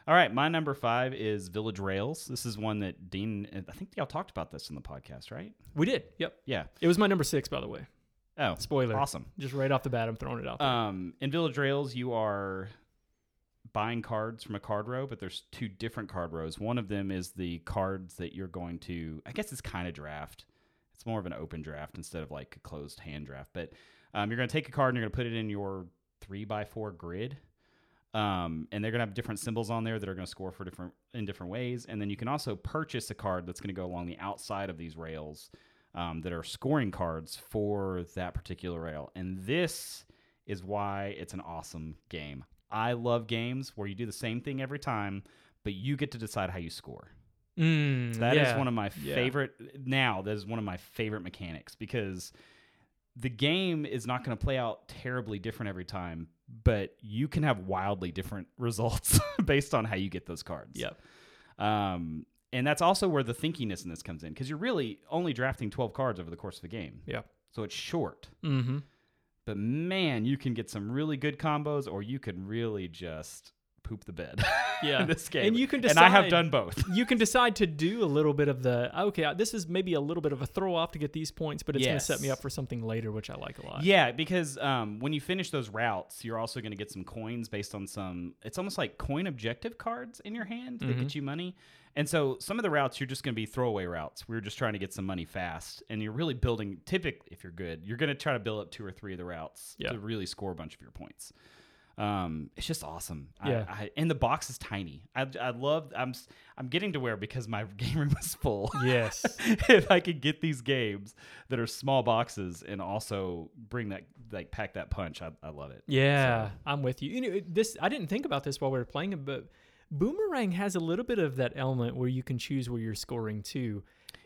S2: All right, my number five is Village Rails. This is one that Dean, I think y'all talked about this in the podcast, right?
S1: We did. Yep.
S2: Yeah.
S1: It was my number six, by the way.
S2: Oh,
S1: Spoiler.
S2: awesome.
S1: Just right off the bat, I'm throwing it out. there.
S2: Um, in Village Rails, you are buying cards from a card row, but there's two different card rows. One of them is the cards that you're going to. I guess it's kind of draft. It's more of an open draft instead of like a closed hand draft. But um, you're going to take a card and you're going to put it in your three by four grid. Um, and they're going to have different symbols on there that are going to score for different in different ways. And then you can also purchase a card that's going to go along the outside of these rails um, that are scoring cards for that particular rail. And this is why it's an awesome game. I love games where you do the same thing every time, but you get to decide how you score.
S1: Mm,
S2: That is
S1: yeah.
S2: one of my
S1: Yeah.
S2: favorite now. That is one of my favorite mechanics because the game is not going to play out terribly different every time, but you can have wildly different results based on how you get those cards.
S1: Yep.
S2: Um, and that's also where the thinkiness in this comes in because you're really only drafting 12 cards over the course of a game.
S1: Yeah.
S2: So it's short.
S1: Mm-hmm.
S2: But man, you can get some really good combos or you can really just poop the bed
S1: Yeah.
S2: in this game.
S1: And you can
S2: And I have
S1: decide-
S2: done both.
S1: You can decide to do a little bit of the okay. uh, This is maybe a little bit of a throw off to get these points, but it's going to
S2: Yes.
S1: set me up for something later, which I like a lot.
S2: Yeah, because um, when you finish those routes, you're also going to get some coins based on some. It's almost like coin objective cards in your hand that
S1: Mm-hmm.
S2: get you money. And so some of the routes you're just going to be throwaway routes. We're just trying to get some money fast, and you're really building. Typically, if you're good, you're going to try to build up two or three of the routes
S1: Yeah.
S2: to really score a bunch of your points. Um, it's just awesome.
S1: Yeah.
S2: I, I, and the box is tiny. I, I love. I'm s- I'm getting to where because my game room is full
S1: Yes.
S2: if I could get these games that are small boxes and also bring that like pack that punch, I, I love it.
S1: Yeah, I'm with you. You know, it- this I didn't think about this while we were playing it, but Boomerang has a little bit of that element where you can choose where you're scoring too.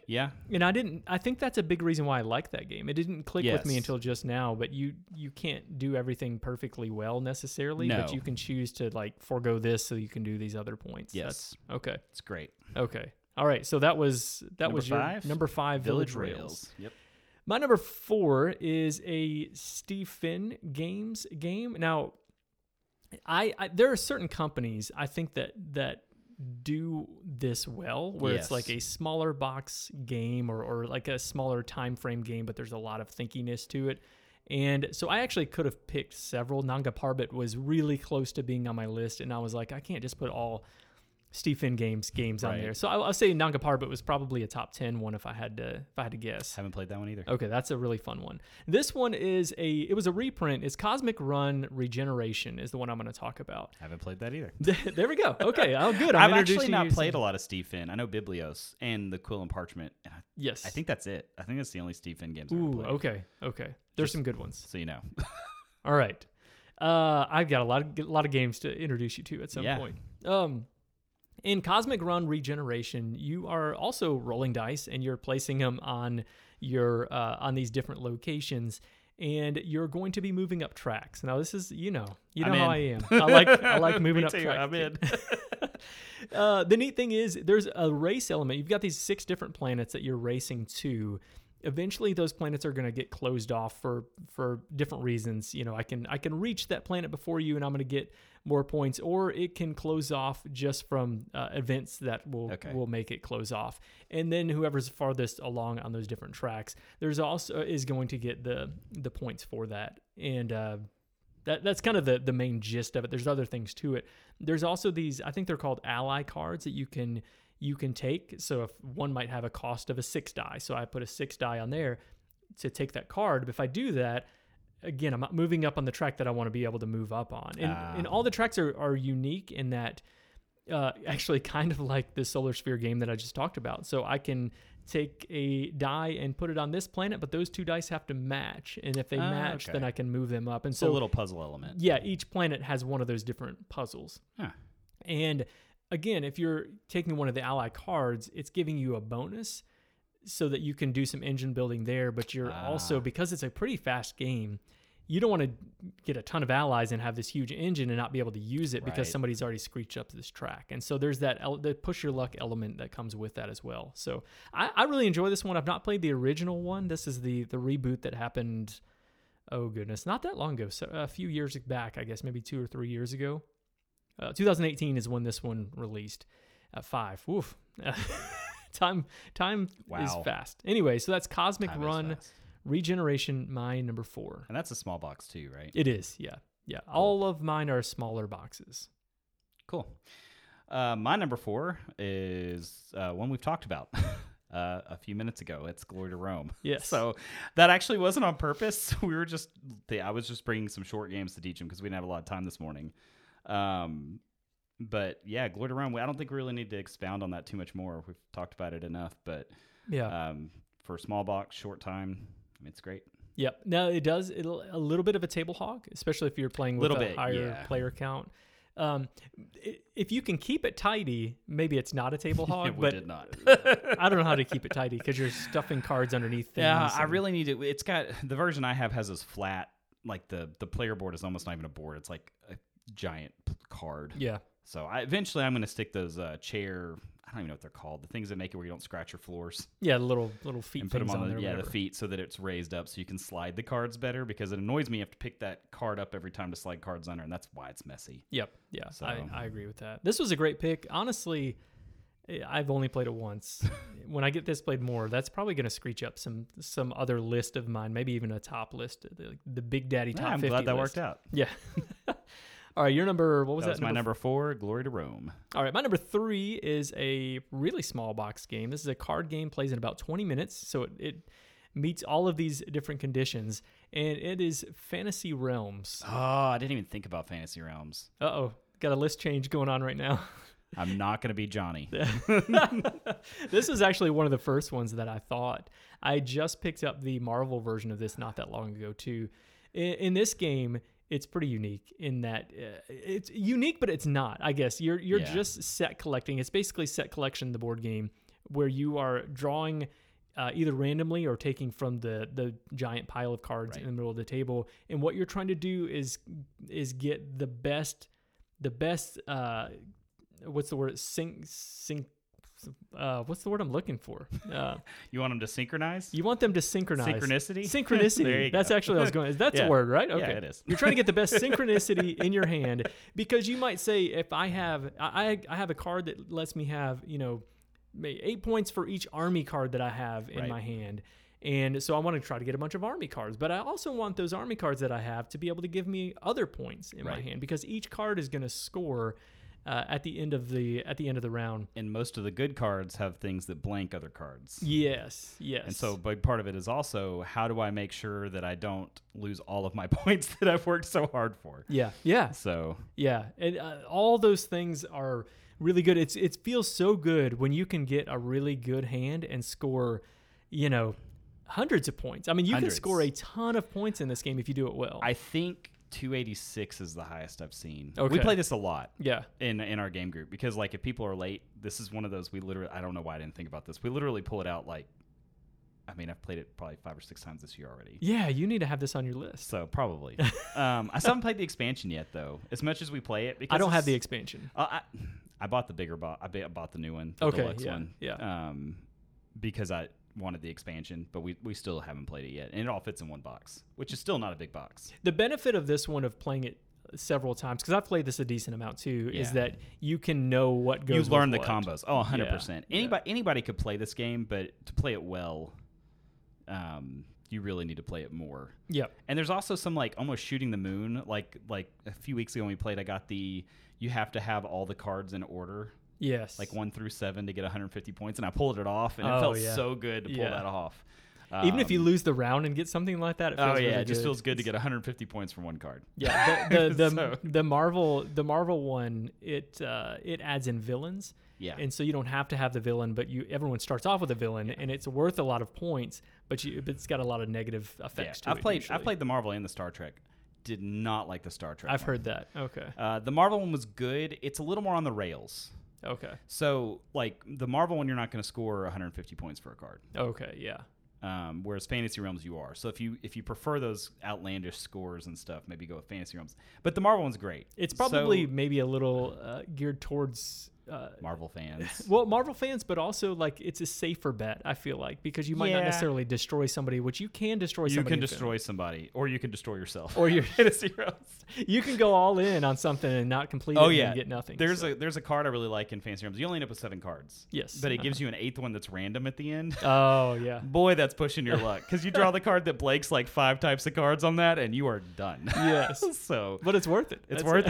S2: Yeah,
S1: And I didn't I think that's a big reason why I like that game. It didn't click with me
S2: Yes.
S1: until just now, but you you can't do everything perfectly well necessarily, but
S2: No.
S1: you can choose to like forego this so you can do these other points. That's-
S2: yes,
S1: okay.
S2: it's great.
S1: Okay. All right. So that was that
S2: Number
S1: was your
S2: five?
S1: number 5 Village, Rails.
S2: Yep.
S1: My number four is a Stephen Games game. Now, I, I there are certain companies I think that that do this well, where it's
S2: Yes.
S1: like a smaller box game or or like a smaller time frame game, but there's a lot of thinkiness to it. And so I actually could have picked several. Nanga Parbat was really close to being on my list, and I was like, I can't just put all Stephen Games games on
S2: Right.
S1: there. So I, I'll say Nanga Parbat was probably a top ten one if I had to if I had to guess.
S2: Haven't played that one either.
S1: Okay, that's a really fun one. This one is a it was a reprint. It's Cosmic Run Regeneration is the one I'm going to talk about.
S2: Haven't played that either.
S1: there we go. Okay, oh good.
S2: i
S1: I'm
S2: have actually
S1: introducing
S2: not
S1: you to-
S2: played a lot of Steve Finn. I know Biblios and the Quill and Parchment. And I,
S1: Yes,
S2: I think that's it. I think that's the only Steve Finn games. I've
S1: Ooh,
S2: played.
S1: okay, okay. There's
S2: Just-
S1: some good ones.
S2: So you know,
S1: All right, uh, I've got a lot of a lot of games to introduce you to at some
S2: Yeah.
S1: point. Um, in Cosmic Run Regeneration, you are also rolling dice and you're placing them on your uh, on these different locations. And you're going to be moving up tracks. Now, this is you know you know
S2: I'm
S1: how I
S2: in.
S1: am. I like I like moving
S2: Me
S1: up
S2: too,
S1: tracks.
S2: I'm in.
S1: Uh, the neat thing is there's a race element. You've got these six different planets that you're racing to. Eventually, those planets are going to get closed off for for different reasons. You know, I can I can reach that planet before you, and I'm going to get more points, or it can close off just from uh, events that will
S2: Okay.
S1: will make it close off. And then whoever's farthest along on those different tracks, there's also is going to get the the points for that. And uh, that that's kind of the the main gist of it. There's other things to it. There's also these I think they're called ally cards that you can you can take. So if one might have a cost of a six die, so I put a six die on there to take that card. But if I do that, again, I'm not moving up on the track that I want to be able to move up on. And
S2: Ah.
S1: and all the tracks are are unique in that uh, actually kind of like the solar sphere game that I just talked about. So I can take a die and put it on this planet, but those two dice have to match. And if they
S2: Ah,
S1: match, then
S2: okay.
S1: I can move them up. And
S2: it's
S1: so
S2: a little puzzle element.
S1: yeah, each planet has one of those different puzzles.
S2: Huh.
S1: And again, if you're taking one of the ally cards, it's giving you a bonus so that you can do some engine building there, but you're also
S2: Ah.
S1: because it's a pretty fast game, you don't want to get a ton of allies and have this huge engine and not be able to use it because
S2: Right.
S1: somebody's already screeched up this track. And so there's that el- the push your luck element that comes with that as well. So I, I really enjoy this one. I've not played the original one. This is the the reboot that happened. Oh goodness, not that long ago. So a few years back, I guess maybe two or three years ago. Uh, 2018 is when this one released. Uh, five. Woof. time time is
S2: Wow.
S1: fast. Anyway, so that's Cosmic
S2: Time is
S1: Run
S2: fast.
S1: Regeneration, my number four.
S2: And that's a small box too, right?
S1: It is, yeah. Yeah. All of mine are smaller boxes.
S2: Cool. Uh, my number four is uh, one we've talked about uh, a few minutes ago. It's Glory to Rome.
S1: Yes.
S2: So that actually wasn't on purpose. We were just, I was just bringing some short games to teach him because we didn't have a lot of time this morning. Um, but yeah, Glory to Rome. I don't think we really need to expound on that too much more. We've talked about it enough. But
S1: Yeah.
S2: um, for small box, short time, it's great.
S1: Yep. No, it does. It'll a little bit of a table hog, especially if you're playing with
S2: Little
S1: a
S2: bit,
S1: higher
S2: yeah.
S1: player count. Um, i- if you can keep it tidy, maybe it's not a table hog.
S2: Yeah, we
S1: but
S2: did not.
S1: I don't know how to keep it tidy because you're stuffing cards underneath things.
S2: Yeah, I
S1: and-
S2: really need it. It's got the version I have has this flat, like the the player board is almost not even a board. It's like a giant p- card.
S1: Yeah.
S2: So I eventually I'm gonna stick those uh, chair. I don't even know what they're called. The things that make it where you don't scratch your floors
S1: Yeah. The little little feet
S2: and put them
S1: things
S2: on,
S1: on
S2: the
S1: there,
S2: yeah the
S1: whatever.
S2: feet so that it's raised up so you can slide the cards better because it annoys me you have to pick that card up every time to slide cards under and that's why it's messy.
S1: Yep. Yeah. I,
S2: So- um,
S1: I agree with that. This was a great pick. Honestly, eh, I've only played it once. when I get this played more, that's probably going to screech up some some other list of mine, maybe even a top list, the, the Big Daddy
S2: Yeah,
S1: top
S2: I'm
S1: 50
S2: glad that
S1: list.
S2: worked out.
S1: Yeah. All right, your number. What was
S2: that
S1: that?
S2: was my number four, Glory to Rome.
S1: All right, my number three is a really small box game. This is a card game, plays in about 20 minutes, so it, it meets all of these different conditions, and it is Fantasy Realms.
S2: Oh, I didn't even think about Fantasy Realms.
S1: Uh oh, got a list change going on right now.
S2: I'm not gonna be Johnny.
S1: this is actually one of the first ones that I thought. I just picked up the Marvel version of this not that long ago too. I- In, this game, it's pretty unique in that uh, it's unique, but it's not. I guess you're you're
S2: Yeah.
S1: just set collecting. It's basically set collection, the board game, where you are drawing. Uh, either randomly or taking from the the giant pile of cards in the middle of the table, and what you're trying to do is is get the best the best uh, what's the word sync sync uh, what's the word I'm looking for? Uh,
S2: You want them to synchronize?
S1: you want them to synchronize.
S2: Synchronicity?
S1: Synchronicity.
S2: There you
S1: That's
S2: go.
S1: actually what I was going. That's a
S2: Yeah.
S1: word, right?
S2: Yeah, it is.
S1: You're trying to get the best synchronicity in your hand because you might say, if I have, I, I have a card that lets me have, you know, may- eight points for each army card that I have in
S2: Right.
S1: my hand. And so I want to try to get a bunch of army cards, but I also want those army cards that I have to be able to give me other points in my
S2: Right.
S1: hand because each card is going to score uh, at the end of the at the end of the round.
S2: and most of the good cards have things that blank other cards.
S1: Yes, yes.
S2: And so, a big part of it is also how do I make sure that I don't lose all of my points that I've worked so hard for?
S1: Yeah, yeah,
S2: So,
S1: yeah. And uh, all those things are really good. It's it feels so good when you can get a really good hand and score, you know, hundreds of points. I mean, you
S2: Hundreds.
S1: can score a ton of points in this game if you do it well.
S2: I think 286 is the highest I've seen.
S1: Okay.
S2: We play this a lot.
S1: yeah,
S2: In, in our game group because like if people are late this is one of those we literally i don't know why i didn't think about this we literally pull it out like i mean i've played it probably five or six times this year already
S1: yeah. You need to have this on your list.
S2: so probably um, i still haven't played the expansion yet though as much as we play it because
S1: I don't have
S2: it's-
S1: the expansion.
S2: Uh, I I bought the bigger box. I ba- bought the new one, the
S1: Okay,
S2: deluxe
S1: yeah,
S2: one.
S1: yeah.
S2: Um, because I wanted the expansion, but we we still haven't played it yet, and it all fits in one box, which is still not a big box.
S1: The benefit of this one of playing it several times because I've played this a decent amount too is
S2: Yeah.
S1: that you can know what
S2: You
S1: goes.
S2: learn the
S1: with what.
S2: combos. Oh, 100 percent.
S1: yeah.
S2: Anybody anybody could play this game, but to play it well, um, you really need to play it more.
S1: Yep.
S2: And there's also some like almost shooting the moon. Like like a few weeks ago when we played, I got the you have to have all the cards in order.
S1: Yes.
S2: like one through seven to get 150 points, and I pulled it off, and
S1: Oh,
S2: it felt
S1: yeah.
S2: so good to pull
S1: Yeah.
S2: that off.
S1: Even if you
S2: Um,
S1: lose the round and get something like that, it feels
S2: oh yeah,
S1: really
S2: it just
S1: good.
S2: feels good to get 150 points from one card.
S1: Yeah, the the the,
S2: So-
S1: the Marvel the Marvel one it uh, it adds in villains,
S2: Yeah,
S1: and so you don't have to have the villain, but you everyone starts off with a villain, and it's worth a lot of points, but you but it's got a lot of negative
S2: yeah.
S1: effects. To
S2: I've
S1: it
S2: played
S1: usually.
S2: I've played the Marvel and the Star Trek. Did not like the Star Trek.
S1: I've
S2: one.
S1: heard that. Okay,
S2: Uh, the Marvel one was good. It's a little more on the rails.
S1: okay,
S2: So like the Marvel one, you're not going to score 150 points for a card.
S1: okay, yeah,
S2: um, whereas Fantasy Realms you are. So if you if you prefer those outlandish scores and stuff, maybe go with Fantasy Realms. But the Marvel one's great.
S1: it's
S2: So-
S1: probably maybe a little uh, geared towards uh,
S2: Marvel fans.
S1: well, Marvel fans, but also like it's a safer bet. I feel like because you might not
S2: Yeah.
S1: necessarily destroy somebody, which you can destroy.
S2: you
S1: somebody
S2: can
S1: in film.
S2: destroy somebody, or you can destroy yourself,
S1: Or you're-
S2: in a zeros.
S1: You can go all in on something and not complete it
S2: Oh
S1: and
S2: yeah,
S1: get nothing.
S2: There's a there's a card I really like in Fantasy Realms. You only end up with seven cards.
S1: Yes, Uh-huh.
S2: but it gives you an eighth one that's random at the end.
S1: Oh yeah.
S2: Boy, that's pushing your luck because you draw the card that Blake's like five types of cards on that, and you are done.
S1: Yes.
S2: so
S1: But it's worth it.
S2: it's
S1: That's
S2: worth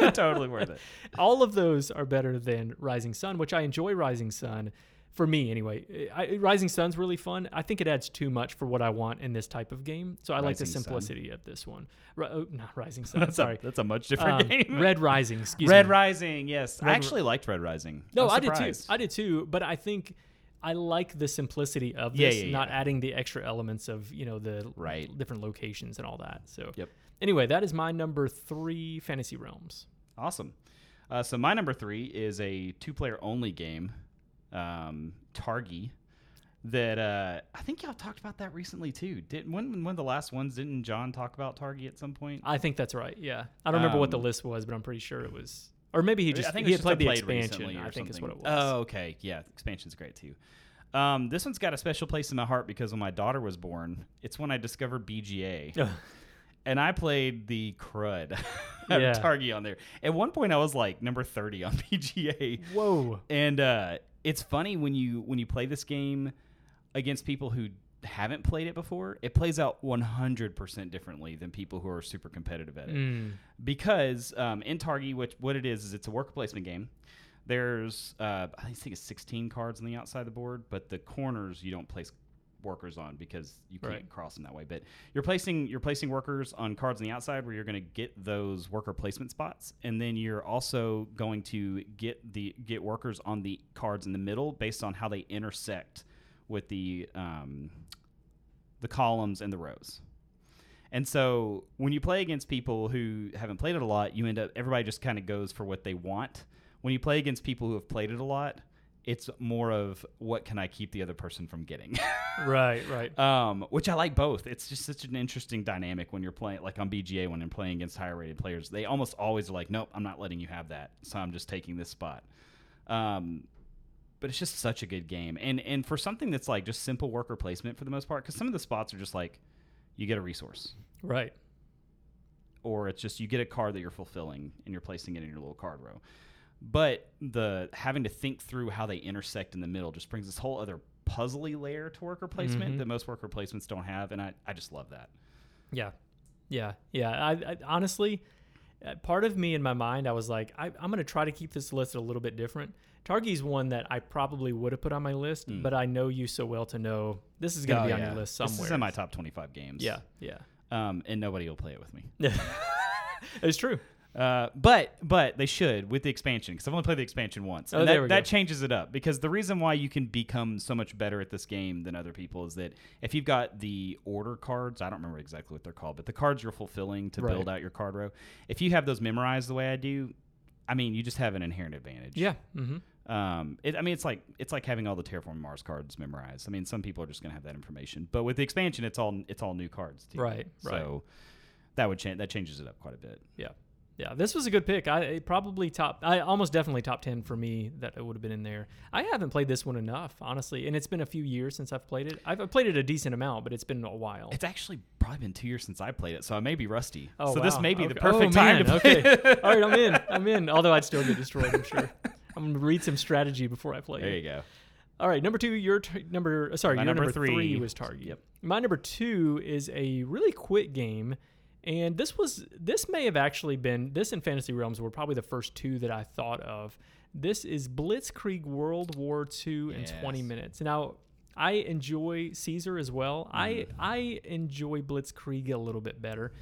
S2: it. totally worth it.
S1: all of those are better than Rising Sun, which I enjoy Rising Sun. For me, anyway, I, I- Rising Sun's really fun. I think it adds too much for what I want in this type of game, so I like the
S2: Rising Sun.
S1: simplicity of this one. Ri- oh, not Rising Sun.
S2: That's
S1: sorry,
S2: a that's a much different
S1: Um,
S2: game.
S1: Red Rising. Excuse
S2: Red
S1: me.
S2: Rising, yes.
S1: Ri-
S2: I actually liked Red Rising.
S1: No,
S2: I'm
S1: I did too.
S2: surprised.
S1: I did too. But I think I like the simplicity of
S2: Yeah,
S1: this,
S2: yeah,
S1: not
S2: yeah.
S1: adding the extra elements of you know the
S2: Right.
S1: different locations and all that. So
S2: Yep.
S1: Anyway, that is my number three, Fantasy Realms.
S2: Awesome. Uh, so my number three is a two-player only game, um, Targi. That uh, I think y'all talked about that recently too. Didn't when one of the last ones? Didn't John talk about Targi at some point?
S1: I think that's right. Yeah, I don't remember what the
S2: Um,
S1: list was, but I'm pretty sure it was, or maybe he just
S2: I think
S1: he
S2: it was
S1: had played
S2: just a
S1: the
S2: played
S1: expansion.
S2: recently or
S1: I think is what it
S2: something.
S1: was.
S2: Oh, okay. Yeah, expansion's great too. Um, this one's got a special place in my heart because when my daughter was born, it's when I discovered BGA. and I played the crud of
S1: Yeah.
S2: Targi on there. At one point, I was like number thirty on PGA,
S1: Whoa.
S2: and uh, it's funny when you when you play this game against people who haven't played it before. It plays out one hundred percent differently than people who are super competitive at it
S1: Mm.
S2: because um, in Targi, which what it is is it's a worker placement game. There's uh, I think it's 16 cards on the outside of the board, but the corners you don't place workers on because you can't
S1: Right.
S2: cross them that way. But you're placing you're placing workers on cards on the outside where you're going to get those worker placement spots, and then you're also going to get the get workers on the cards in the middle based on how they intersect with the um, the columns and the rows. And so when you play against people who haven't played it a lot, you end up everybody just kind of goes for what they want. When you play against people who have played it a lot, it's more of what can I keep the other person from getting?
S1: Right, right.
S2: um, which I like both. It's just such an interesting dynamic when you're playing like on BGA when I'm playing against higher rated players. They almost always are like, Nope, I'm not letting you have that. So I'm just taking this spot. Um, but it's just such a good game. And and for something that's like just simple worker placement for the most part, because some of the spots are just like you get a resource
S1: Right.
S2: or it's just you get a card that you're fulfilling and you're placing it in your little card row. But the having to think through how they intersect in the middle just brings this whole other puzzly layer to worker placement
S1: Mhm.
S2: that most worker placements don't have, and I, I just love that.
S1: Yeah. Yeah. Yeah. I, I honestly, uh, part of me in my mind, I was like, I, I'm going to try to keep this list a little bit different. Targi's one that I probably would have put on my list, but I know you so well to know this is going to be on your list somewhere.
S2: Hmm. Oh, This is in my top 25 games.
S1: yeah. Yeah.
S2: um, and nobody will play it with me.
S1: it's true.
S2: Uh, but but they should with the expansion because I've only played the expansion once.
S1: Oh,
S2: And that,
S1: there we go.
S2: that changes it up because the reason why you can become so much better at this game than other people is that if you've got the order cards, I don't remember exactly what they're called, but the cards you're fulfilling to
S1: Right.
S2: build out your card row, if you have those memorized the way I do, I mean you just have an inherent advantage.
S1: Yeah. hmm
S2: Um, it, I mean, it's like it's like having all the Terraform Mars cards memorized. I mean, some people are just going to have that information, but with the expansion, it's all it's all new cards. Too.
S1: Right,
S2: So
S1: right.
S2: that would change. That changes it up quite a bit.
S1: Yeah. Yeah, this was a good pick. I it probably top, I almost definitely top ten for me that it would have been in there. I haven't played this one enough, honestly, and it's been a few years since I've played it. I've I've played it a decent amount, but it's been a while.
S2: It's actually probably been two years since I played it, so I may be rusty.
S1: Oh,
S2: so this
S1: wow.
S2: may be the
S1: Okay.
S2: perfect
S1: Oh, man.
S2: time to play.
S1: okay. All right, I'm in. I'm in. Although I'd still get destroyed, I'm sure. I'm gonna read some strategy before I play.
S2: There
S1: it.
S2: you go.
S1: All right, number two, your t- number. uh, Sorry,
S2: My
S1: your
S2: number
S1: number, three,
S2: three.
S1: was Target.
S2: Yep.
S1: My number two is a really quick game, and this was this may have actually been this and Fantasy Realms were probably the first two that I thought of. This is Blitzkrieg World War II in 20
S2: Yes.
S1: minutes. Now, I enjoy Caesar as well. I I enjoy Blitzkrieg a little bit better,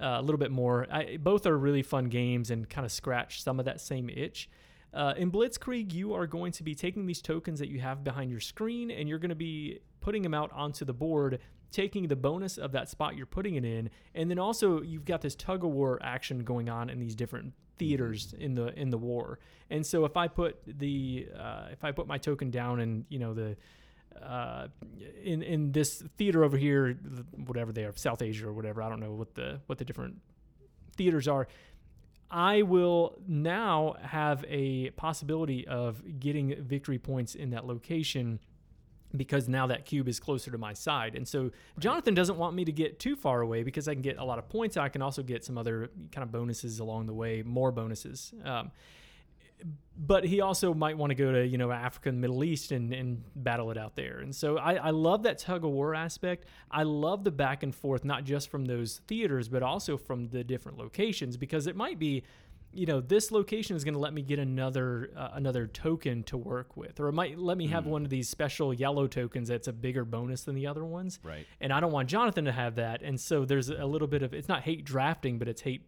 S1: uh, a little bit more. I, both are really fun games and kind of scratch some of that same itch. Uh, in Blitzkrieg, you are going to be taking these tokens that you have behind your screen and you're going to be putting them out onto the board, taking the bonus of that spot you're putting it in, and then also you've got this tug of war action going on in these different theaters in the in the war. And so if I put the uh, if I put my token down and you know the uh, in in this theater over here, th- whatever they are, South Asia or whatever. I don't know what the what the different theaters are. I will now have a possibility of getting victory points in that location because now that cube is closer to my side. And so Jonathan doesn't want me to get too far away because I can get a lot of points. I can also get some other kind of bonuses along the way, more bonuses. Um, but he also might want to go to you know Africa and Middle East and, and battle it out there. And so I, I love that tug of war aspect. I love the back and forth, not just from those theaters, but also from the different locations because it might be you know this location is going to let me get another uh, another token to work with or it might let me have one of these special yellow tokens that's a bigger bonus than the other ones
S2: Right.
S1: and i don't want jonathan to have that and so there's a little bit of it's not hate drafting but it's hate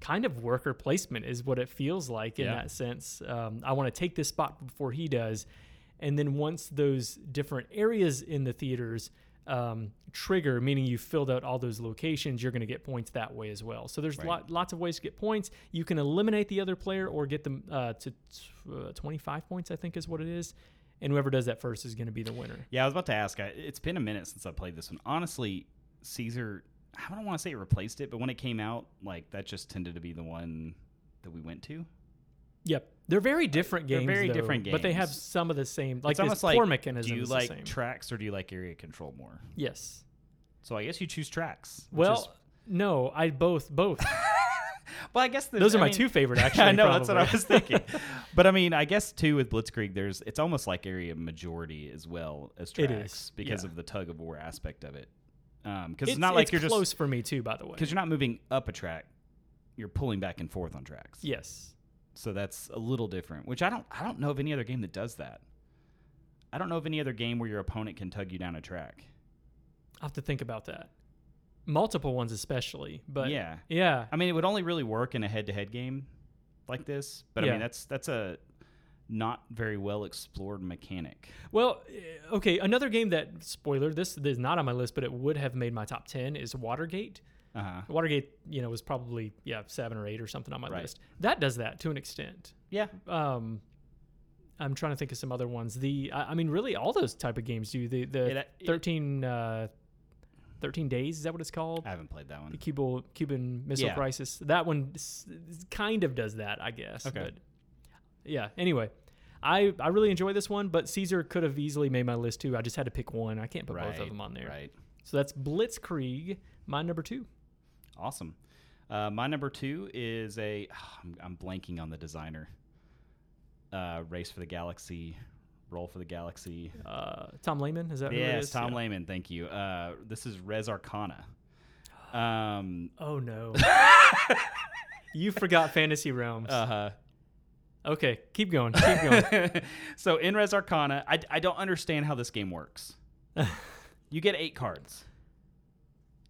S1: kind of worker placement is what it feels like in
S2: Yeah.
S1: that sense um, i want to take this spot before he does and then once those different areas in the theaters um, trigger, meaning you filled out all those locations, you're going to get points that way as well. So there's
S2: Right.
S1: lot, lots of ways to get points. You can eliminate the other player or get them uh, to t- uh, 25 points, I think is what it is. And whoever does that first is going to be the winner.
S2: Yeah, I was about to ask. I, it's been a minute since I played this one. Honestly, Caesar, I don't want to say it replaced it, but when it came out, like that just tended to be the one that we went to.
S1: Yep. They're very different
S2: They're
S1: games.
S2: very
S1: though,
S2: different
S1: But they have
S2: games.
S1: some of the same, like
S2: it's
S1: this
S2: almost
S1: core
S2: like
S1: mechanism.
S2: do you
S1: is
S2: like
S1: the same.
S2: tracks or do you like area control more?
S1: yes.
S2: So I guess you choose tracks. which
S1: Well,
S2: is-
S1: no, I both, both.
S2: well, I guess there's-
S1: Those are
S2: I
S1: my
S2: mean-
S1: two favorite, actually.
S2: I know that's what I
S1: probably.
S2: was thinking. but I mean, I guess too with Blitzkrieg, there's it's almost like area majority as well as
S1: It
S2: tracks
S1: is,
S2: because
S1: yeah.
S2: of the tug of war aspect of it. Because it's,
S1: It's,
S2: not like you're
S1: close
S2: just
S1: for me, too, by the way.
S2: because you're not moving up a track, you're pulling back and forth on tracks.
S1: Yes.
S2: So that's a little different. Which I don't I don't know of any other game that does that. I don't know of any other game where your opponent can tug you down a track.
S1: I'll have to think about that. Multiple ones, especially. But
S2: yeah,
S1: yeah,
S2: I mean, it would only really work in a head-to-head game like this, but I
S1: Yeah.
S2: mean, that's that's a not very well explored mechanic.
S1: Well, eh, okay. Another game that spoiler this is not on my list, but it would have made my top ten is Watergate.
S2: Uh huh.
S1: Watergate, you know, was probably yeah seven or eight or something on my
S2: Right.
S1: list. That does that to an extent.
S2: Yeah.
S1: Um, I'm trying to think of some other ones. The I, I mean, really, all those type of games do the the
S2: Yeah, that- it-
S1: thirteen uh, thirteen days is that what it's called?
S2: I haven't played that
S1: the
S2: one.
S1: Cuban Cuban Missile
S2: Uh, Yeah.
S1: Crisis. That one s- s- kind of does that, I guess.
S2: Okay.
S1: But yeah. Anyway, I I really enjoy this one, but Caesar could have easily made my list too. I just had to pick one. I can't put both of them on there.
S2: Right.
S1: So that's Blitzkrieg, my number two.
S2: Awesome. Uh, my number two is a. I'm, I'm blanking on the designer. Uh, Race for the Galaxy, Roll for the Galaxy.
S1: Uh, Tom Lehman is that? who it
S2: Yes,
S1: is?
S2: Tom
S1: Yeah.
S2: Lehman. Thank you. Uh, this is Res Arcana. Um,
S1: Oh no. you forgot Fantasy Realms.
S2: uh huh.
S1: okay, keep going. Keep going.
S2: so in Res Arcana, I, I don't understand how this game works. you get eight cards.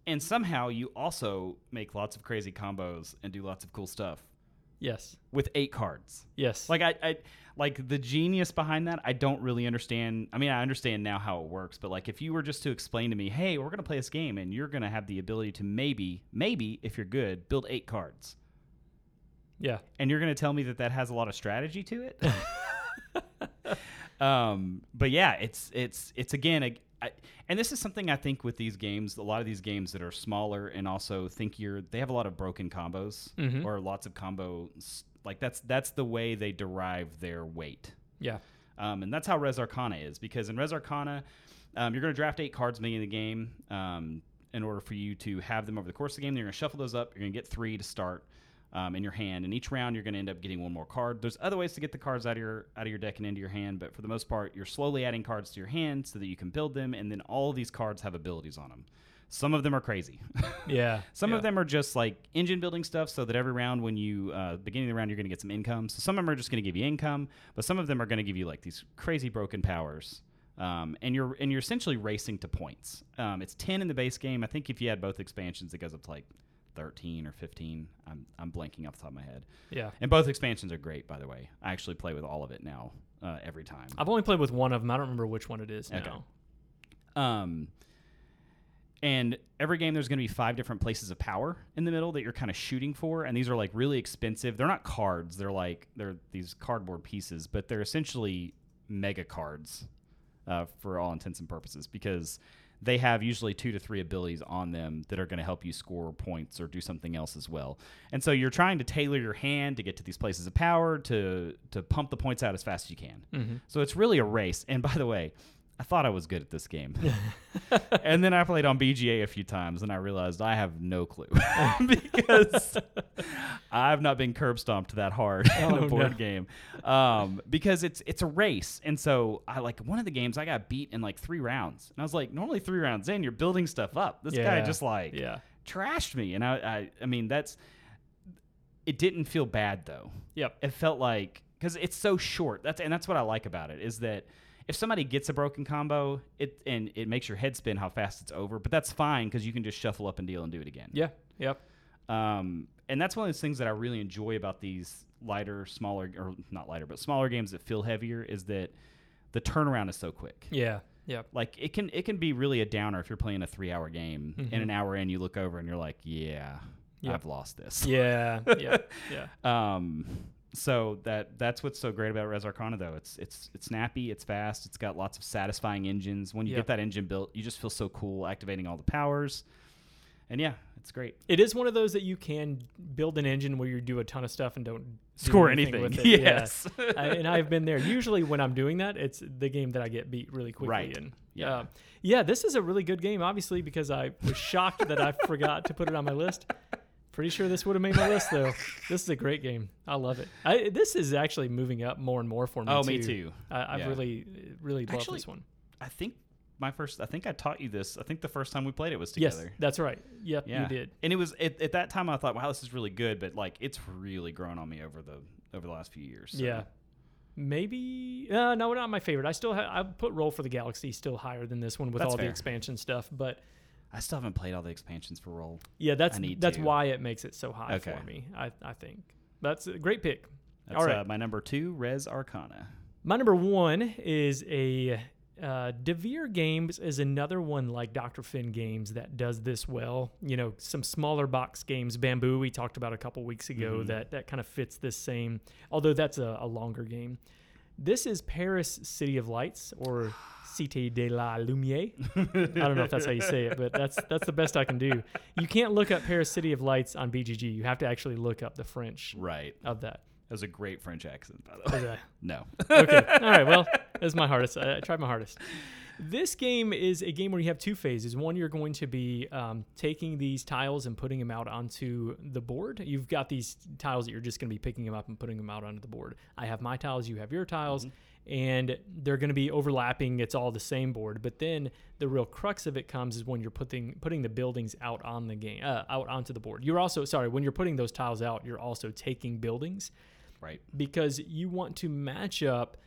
S2: And somehow you also make lots of crazy combos and do lots of cool stuff
S1: yes.
S2: with eight cards.
S1: Yes.
S2: Like I, I like the genius behind that, I don't really understand. I mean, I understand now how it works, but like if you were just to explain to me, "Hey, we're going to play this game and you're going to have the ability to maybe maybe if you're good, build eight cards."
S1: yeah.
S2: and you're going to tell me that that has a lot of strategy to it. um, but yeah, it's it's it's again, a, I, and this is something I think with these games, a lot of these games that are smaller and also thinkier, they have a lot of broken combos
S1: Mhm.
S2: or lots of combos. Like that's that's the way they derive their weight.
S1: Yeah.
S2: Um, and that's how Res Arcana is because in Res Arcana, um, you're going to draft eight cards beginning of the game um, in order for you to have them over the course of the game. You're going to shuffle those up. You're going to get three to start um, in your hand, and each round you're going to end up getting one more card. There's other ways to get the cards out of your out of your deck and into your hand, but for the most part, you're slowly adding cards to your hand so that you can build them, and then all of these cards have abilities on them. Some of them are crazy.
S1: Yeah.
S2: Some
S1: yeah.
S2: of them are just like engine building stuff, so that every round when you uh, beginning of the round, you're going to get some income. So some of them are just going to give you income, but some of them are going to give you like these crazy broken powers. Um, and you're and you're essentially racing to points. Um, it's ten in the base game. I think if you had both expansions, it goes up to like thirteen or fifteen. I'm I'm blanking off the top of my head.
S1: Yeah.
S2: And both expansions are great, by the way. I actually play with all of it now, uh, every time.
S1: I've only played with one of them. I don't remember which one it is
S2: Okay.
S1: now.
S2: Um, and every game, there's going to be five different places of power in the middle that you're kind of shooting for, and these are like really expensive. They're not cards; they're like they're these cardboard pieces, but they're essentially mega cards uh, for all intents and purposes because they have usually two to three abilities on them that are going to help you score points or do something else as well. And so you're trying to tailor your hand to get to these places of power to to pump the points out as fast as you can.
S1: Mm-hmm.
S2: So it's really a race. And by the way, I thought I was good at this game. and then I played on BGA a few times and I realized I have no clue because I've not been curb stomped that hard in
S1: Oh, no.
S2: a board game. Um, because it's it's a race. And so I like one of the games I got beat in like three rounds. And I was like, normally three rounds in, you're building stuff up. This guy
S1: Yeah.
S2: just like
S1: Yeah.
S2: trashed me. And I, I I mean that's it didn't feel bad though
S1: Yep.
S2: it felt like because it's so short. That's and that's what I like about it is that if somebody gets a broken combo, it and it makes your head spin how fast it's over. But that's fine because you can just shuffle up and deal and do it again.
S1: Yeah. Yep.
S2: Um, and that's one of those things that I really enjoy about these lighter, smaller or not lighter, but smaller games that feel heavier is that the turnaround is so quick.
S1: Yeah. Yep.
S2: Like it can it can be really a downer if you're playing a three hour game.
S1: Mm-hmm.
S2: In an hour in, you look over and you're like, yeah,
S1: Yeah.
S2: I've lost this.
S1: Yeah. Yeah. Yeah.
S2: Um, so that that's what's so great about Res Arcana, though. It's it's it's snappy, it's fast, it's got lots of satisfying engines. When you
S1: Yeah.
S2: get that engine built, you just feel so cool activating all the powers, and yeah, it's great.
S1: It is one of those that you can build an engine where you do a ton of stuff and don't do
S2: Score anything.
S1: With it. Yeah.
S2: Yes.
S1: I, and I've been there. Usually, when I'm doing that, it's the game that I get beat really quickly
S2: Right.
S1: in.
S2: Yeah.
S1: Uh, yeah, this is a really good game, obviously, because I was shocked that I forgot to put it on my list. Pretty sure this would have made my list, though. This is a great game. I love it. I, this is actually moving up more and more for me.
S2: Oh,
S1: too.
S2: me too.
S1: I, I've
S2: Yeah.
S1: really, really loved
S2: Actually,
S1: this one.
S2: I think my first. I think I taught you this. I think the first time we played it was
S1: Yes,
S2: together.
S1: that's right. Yep,
S2: Yeah,
S1: you did.
S2: And it was at, at that time I thought, wow, this is really good, but like it's really grown on me over the over the last few years. so.
S1: Yeah. Maybe uh, no, not my favorite. I still ha- I put Roll for the Galaxy still higher than this one with
S2: That's
S1: all the
S2: fair.
S1: expansion stuff, but
S2: I still haven't played all the expansions for Roll.
S1: Yeah, that's
S2: I need
S1: that's
S2: to.
S1: why it makes it so high
S2: Okay.
S1: for me. I, I think that's a great pick.
S2: That's
S1: All right,
S2: uh, my number two, Res Arcana.
S1: my number one is a uh, Devere Games is another one like Dr. Finn Games that does this well. You know, some smaller box games. Bamboo we talked about a couple weeks ago that that kind of fits this same. Although that's a, a longer game. This is Paris City of Lights or Cité de la Lumière. I don't know if that's how you say it, but that's that's the best I can do. You can't look up Paris City of Lights on BGG. You have to actually look up the French
S2: Right.
S1: of that.
S2: That was a great French accent, by the way.
S1: Okay.
S2: No.
S1: okay. All right. Well, that's my hardest. I, I tried my hardest. This game is a game where you have two phases. One, you're going to be um, taking these tiles and putting them out onto the board. You've got these tiles that you're just going to be picking them up and putting them out onto the board. I have my tiles. You have your tiles. And they're going to be overlapping. It's all the same board, but then the real crux of it comes is when you're putting putting the buildings out on the game, uh, out onto the board. You're also sorry when you're putting those tiles out, you're also taking buildings
S2: Right.
S1: because you want to match up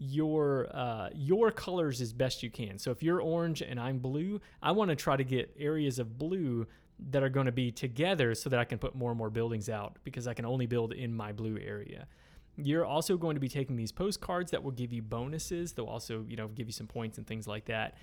S1: your uh, your colors as best you can. So if you're orange and I'm blue, I want to try to get areas of blue that are going to be together so that I can put more and more buildings out because I can only build in my blue area. You're also going to be taking these postcards that will give you bonuses. They'll also, you know, give you some points and things like that.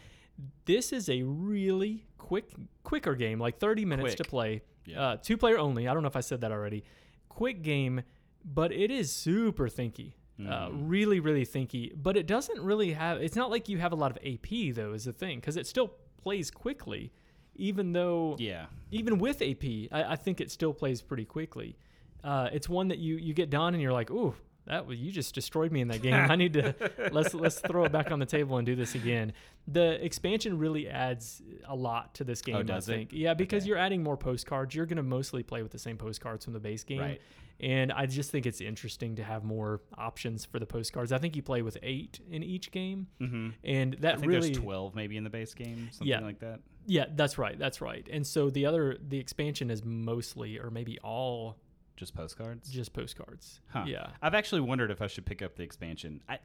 S1: This is a really quick, quicker game, like 30 minutes
S2: Quick.
S1: to play.
S2: Yeah.
S1: Uh, two player only. I don't know if I said that already. Quick game, but it is super thinky. Uh, really, really thinky. But it doesn't really have. It's not like you have a lot of AP though. Is the thing because it still plays quickly, even though
S2: Yeah.
S1: even with AP, I, I think it still plays pretty quickly. Uh, it's one that you you get done and you're like, ooh, that was, you just destroyed me in that game. I need to let's let's throw it back on the table and do this again. The expansion really adds a lot to this game.
S2: Oh, does
S1: I
S2: it?
S1: think. Yeah, because
S2: Okay.
S1: you're adding more postcards. You're going to mostly play with the same postcards from the base game.
S2: Right.
S1: And I just think it's interesting to have more options for the postcards. I think you play with eight in each game, mm-hmm. and that
S2: I think
S1: really
S2: there's 12 maybe in the base game, something
S1: Yeah.
S2: like that.
S1: yeah, that's right. That's right. And so the other the expansion is mostly or maybe all
S2: Just postcards.
S1: just postcards.
S2: Huh.
S1: Yeah.
S2: I've actually wondered if I should pick up the expansion. I,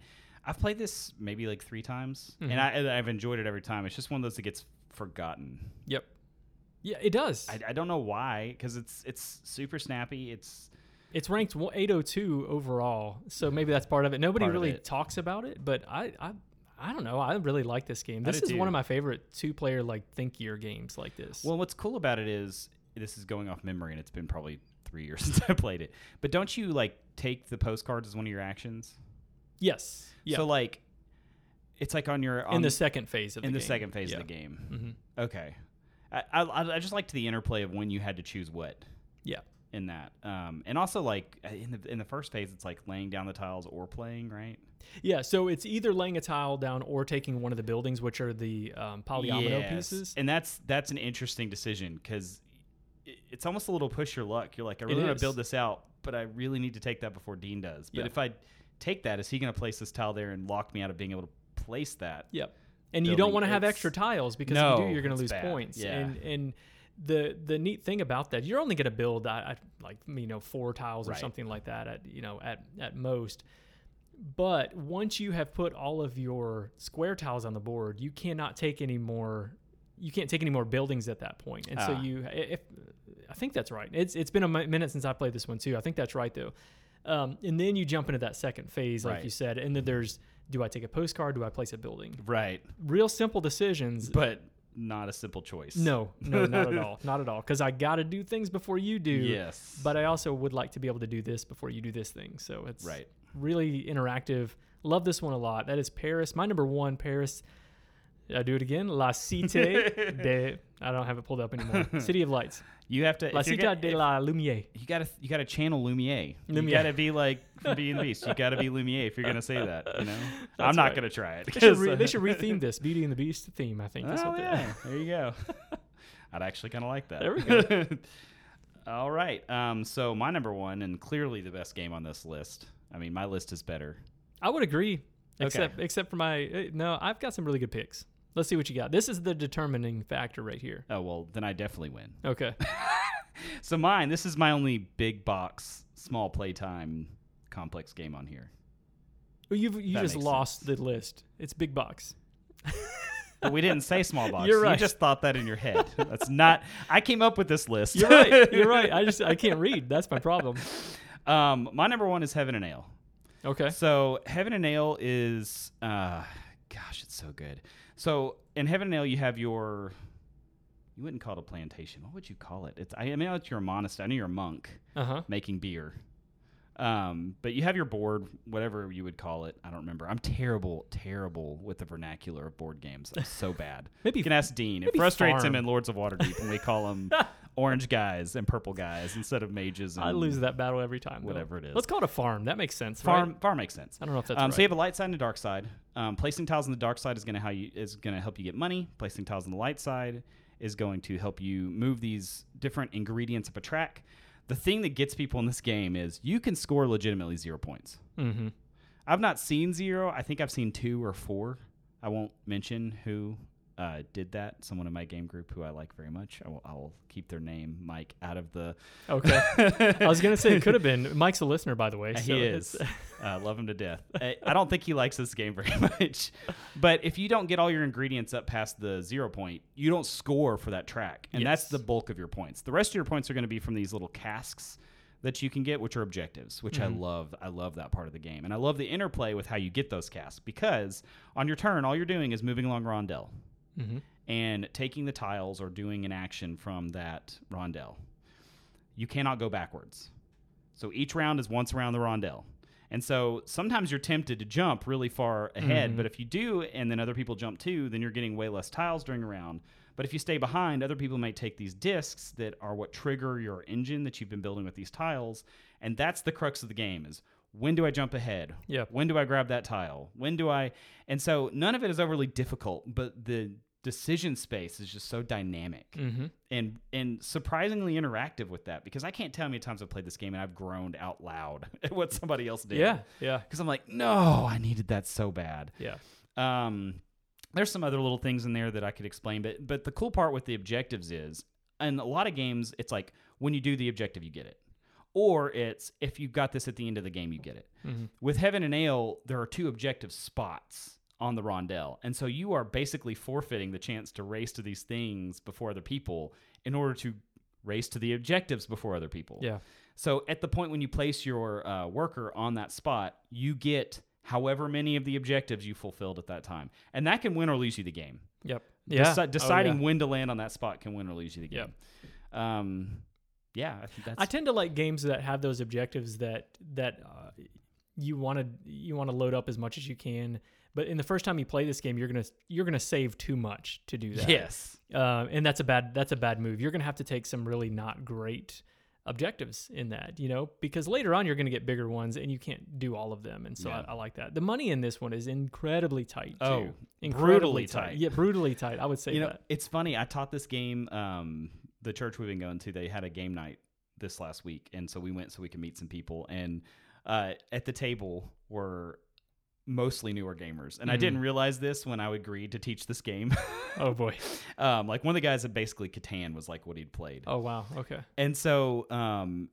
S2: I've played this maybe like three times,
S1: Mm-hmm.
S2: and I, and I've enjoyed it every time. It's just one of those that gets forgotten.
S1: Yep. Yeah, it does.
S2: I, I don't know why, because it's it's super snappy. It's
S1: it's ranked one- 802 overall, so maybe that's part of it. Nobody
S2: Part of
S1: really
S2: it.
S1: talks about it, but I, I I don't know. I really like this game.
S2: I
S1: This
S2: do
S1: is one of
S2: too.
S1: my favorite two-player like thinkier games like this.
S2: well, what's cool about it is this is going off memory, and it's been probably three years since I played it. But don't you like take the postcards as one of your actions?
S1: yes. Yeah.
S2: So like It's like on your on,
S1: in the second phase of
S2: in
S1: the,
S2: the
S1: game.
S2: second phase
S1: Yeah.
S2: of the game.
S1: Mhm.
S2: Okay, I, I I just liked the interplay of when you had to choose what
S1: Yeah.
S2: in that, um, and also like in the in the first phase, it's like laying down the tiles or playing, right?
S1: Yeah. So it's either laying a tile down or taking one of the buildings, which are the um, polyomino
S2: Yes.
S1: pieces.
S2: and that's that's an interesting decision because it's almost a little push your luck. You're like, I
S1: It
S2: really want
S1: is.
S2: to build this out, but I really need to take that before Dean does. But
S1: Yeah.
S2: if I take that, is he going to place this tile there and lock me out of being able to place that?
S1: Yep. And you don't
S2: building.
S1: want to have
S2: It's-
S1: extra tiles because if you
S2: No,
S1: do, you're going to
S2: it's
S1: lose
S2: bad.
S1: points.
S2: Yeah.
S1: And and the the neat thing about that, you're only going to build I, I, like you know four tiles or
S2: Right.
S1: something like that at you know at at most. But once you have put all of your square tiles on the board, you cannot take any more. You can't take any more buildings at that point, and so
S2: Ah.
S1: you. i- If I think that's right. It's it's been a mi- minute since I played this one too. I think that's right though. Um, and then you jump into that second phase, like
S2: Right.
S1: you said, and then there's do I take a postcard? Do I place a building?
S2: Right,
S1: real simple decisions.
S2: but not a simple choice.
S1: No, no, not at all. Not at all. Because I got to do things before you do.
S2: Yes.
S1: But I also would like to be able to do this before you do this thing. So it's
S2: Right.
S1: really interactive. Love this one a lot. That is Paris. My number one, Paris. Did I do it again? La Cité de. I don't have it pulled up anymore. City of Lights.
S2: you have to.
S1: La
S2: if you're
S1: Cité
S2: gonna-
S1: de la Lumiere.
S2: you gotta you gotta channel Lumiere.
S1: Lumiere.
S2: You gotta be like from Beauty and the Beast. You gotta be Lumiere if you're gonna say that. You know, I'm not
S1: right.
S2: gonna try it.
S1: They should, re- they should retheme this Beauty and the Beast theme. I think. is
S2: Oh,
S1: what they-
S2: yeah. there you go. I'd actually kind of like that.
S1: There we
S2: go. All right. Um, so my number one and clearly the best game on this list. I mean, my list is better.
S1: I would agree, except except for my eh, no. I've got some really good picks. Let's see what you got. This is the determining factor right here.
S2: Oh well, then I definitely win.
S1: Okay.
S2: So mine. This is my only big box, small playtime, complex game on here.
S1: Well, you've you
S2: That
S1: just
S2: makes
S1: lost the list. It's big box.
S2: But we didn't say small box.
S1: You're right.
S2: You just thought that in your head. That's not. I came up with this list.
S1: You're right. You're right. I just I can't read. That's my problem.
S2: um, my number one is Heaven and Ale.
S1: Okay.
S2: So Heaven and Ale is, uh, gosh, it's so good. So in Heaven and Ale, you have your, you wouldn't call it a plantation. What would you call it? It's I mean, it's your monastery. I know you're a monk
S1: Uh huh.
S2: making beer. Um, but you have your board, whatever you would call it. I don't remember. I'm terrible, terrible with the vernacular of board games. I'm so bad.
S1: Maybe-
S2: you can ask Dean. It
S1: maybe
S2: frustrates him
S1: farm.
S2: in Lords of Waterdeep when we call them orange guys and purple guys instead of mages. And
S1: I lose that battle every time. though.
S2: whatever it is.
S1: Let's call it a farm. That makes sense. right?
S2: Farm, farm makes sense
S1: I don't know if that's
S2: um,
S1: right.
S2: So you have a light side and a dark side. Um, placing tiles on the dark side is going to how you is going to help you get money. Placing tiles on the light side is going to help you move these different ingredients up a track. The thing that gets people in this game is you can score legitimately zero points.
S1: mm-hmm.
S2: I've not seen zero. I think I've seen two or four. I won't mention who uh, did that. Someone in my game group who I like very much. I will, I will keep their name, Mike, out of the
S1: Okay. I was gonna say it could have been. Mike's a listener, by the way. so
S2: he
S1: it's-
S2: is. I uh, love him to death. I, I don't think he likes this game very much. But if you don't get all your ingredients up past the zero point, you don't score for that track. And
S1: Yes.
S2: that's the bulk of your points. The rest of your points are going to be from these little casks that you can get, which are objectives, which I love. I love that part of the game. And I love the interplay with how you get those casks because on your turn, all you're doing is moving along Rondell
S1: Mhm.
S2: and taking the tiles or doing an action from that rondelle. You cannot go backwards. So each round is once around the rondelle. And so sometimes you're tempted to jump really far ahead, but if you do and then other people jump too, then you're getting way less tiles during a round. But if you stay behind, other people may take these discs that are what trigger your engine that you've been building with these tiles, and that's the crux of the game is when do I jump ahead?
S1: Yeah.
S2: When do I grab that tile? When do I? And so none of it is overly difficult, but the decision space is just so dynamic
S1: Mhm.
S2: and and surprisingly interactive with that because I can't tell how many times I've played this game and I've groaned out loud at what somebody else did.
S1: Yeah. Yeah.
S2: Because I'm like, no, I needed that so bad.
S1: Yeah.
S2: Um, there's some other little things in there that I could explain, but but the cool part with the objectives is, in a lot of games, it's like when you do the objective, you get it, or it's if you got this at the end of the game, you get it. With Heaven and Ale, there are two objective spots on the rondelle, and so you are basically forfeiting the chance to race to these things before other people in order to race to the objectives before other people.
S1: Yeah.
S2: So at the point when you place your uh, worker on that spot, you get however many of the objectives you fulfilled at that time, and that can win or lose you the game.
S1: Yep. Yeah.
S2: Deci-
S1: Oh,
S2: deciding
S1: yeah.
S2: when to land on that spot can win or lose you the
S1: Yep.
S2: game. Um, yeah, I think that's
S1: I tend to like games that have those objectives that that uh, you want to you want to load up as much as you can, But in the first time you play this game, you're gonna you're gonna save too much to do that.
S2: Yes.
S1: Um, and that's a bad that's a bad move. You're gonna have to take some really not great objectives in that, you know, because later on you're gonna get bigger ones and you can't do all of them. And so
S2: Yeah.
S1: I, I like that. The money in this one is incredibly tight. Too.
S2: Oh,
S1: incredibly
S2: brutally tight.
S1: Yeah, brutally tight. I would say
S2: You know,
S1: that.
S2: it's funny. I taught this game. Um, the church we've been going to, they had a game night this last week, and so we went so we could meet some people. And uh, at the table were mostly newer gamers, and I
S1: Mhm.
S2: didn't realize this when I agreed to teach this game.
S1: Oh boy.
S2: um, like one of the guys that basically Catan was like what he'd played,
S1: Oh wow. Okay.
S2: and so um,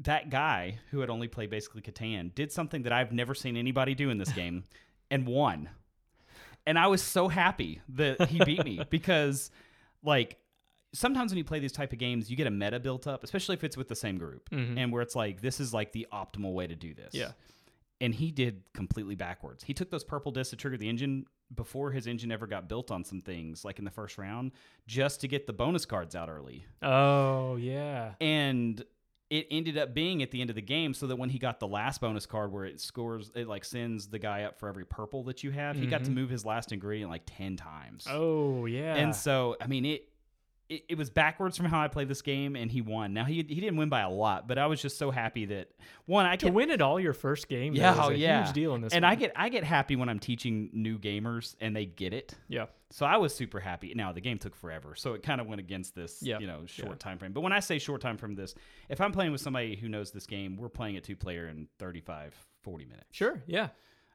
S2: that guy who had only played basically Catan did something that I've never seen anybody do in this game and won. And I was so happy that he beat me because, like, sometimes when you play these type of games, you get a meta built up, especially if it's with the same group,
S1: Mhm.
S2: and where it's like this is like the optimal way to do this.
S1: Yeah.
S2: And he did completely backwards. He took those purple discs to trigger the engine before his engine ever got built on some things, like in the first round, just to get the bonus cards out early
S1: Oh yeah.
S2: and it ended up being at the end of the game so that when he got the last bonus card where it scores it like sends the guy up for every purple that you have he got to
S1: Mhm.
S2: move his last ingredient like 10 times
S1: Oh yeah.
S2: and so i mean it, it it was backwards from how i played this game and he won now he, he didn't win by a lot but i was just so happy that one i
S1: to
S2: get
S1: win it all your first game,
S2: yeah
S1: that
S2: oh,
S1: is a
S2: yeah
S1: huge deal in this.
S2: and
S1: one.
S2: i get i get happy when i'm teaching new gamers and they get it
S1: yeah,
S2: so I was super happy. Now the game took forever, so it kind of went against this,
S1: Yeah.
S2: you know, short
S1: Yeah.
S2: time frame. But when I say short time frame, this, if I'm playing with somebody who knows this game, we're playing it two player in 35, 40 minutes.
S1: sure, yeah,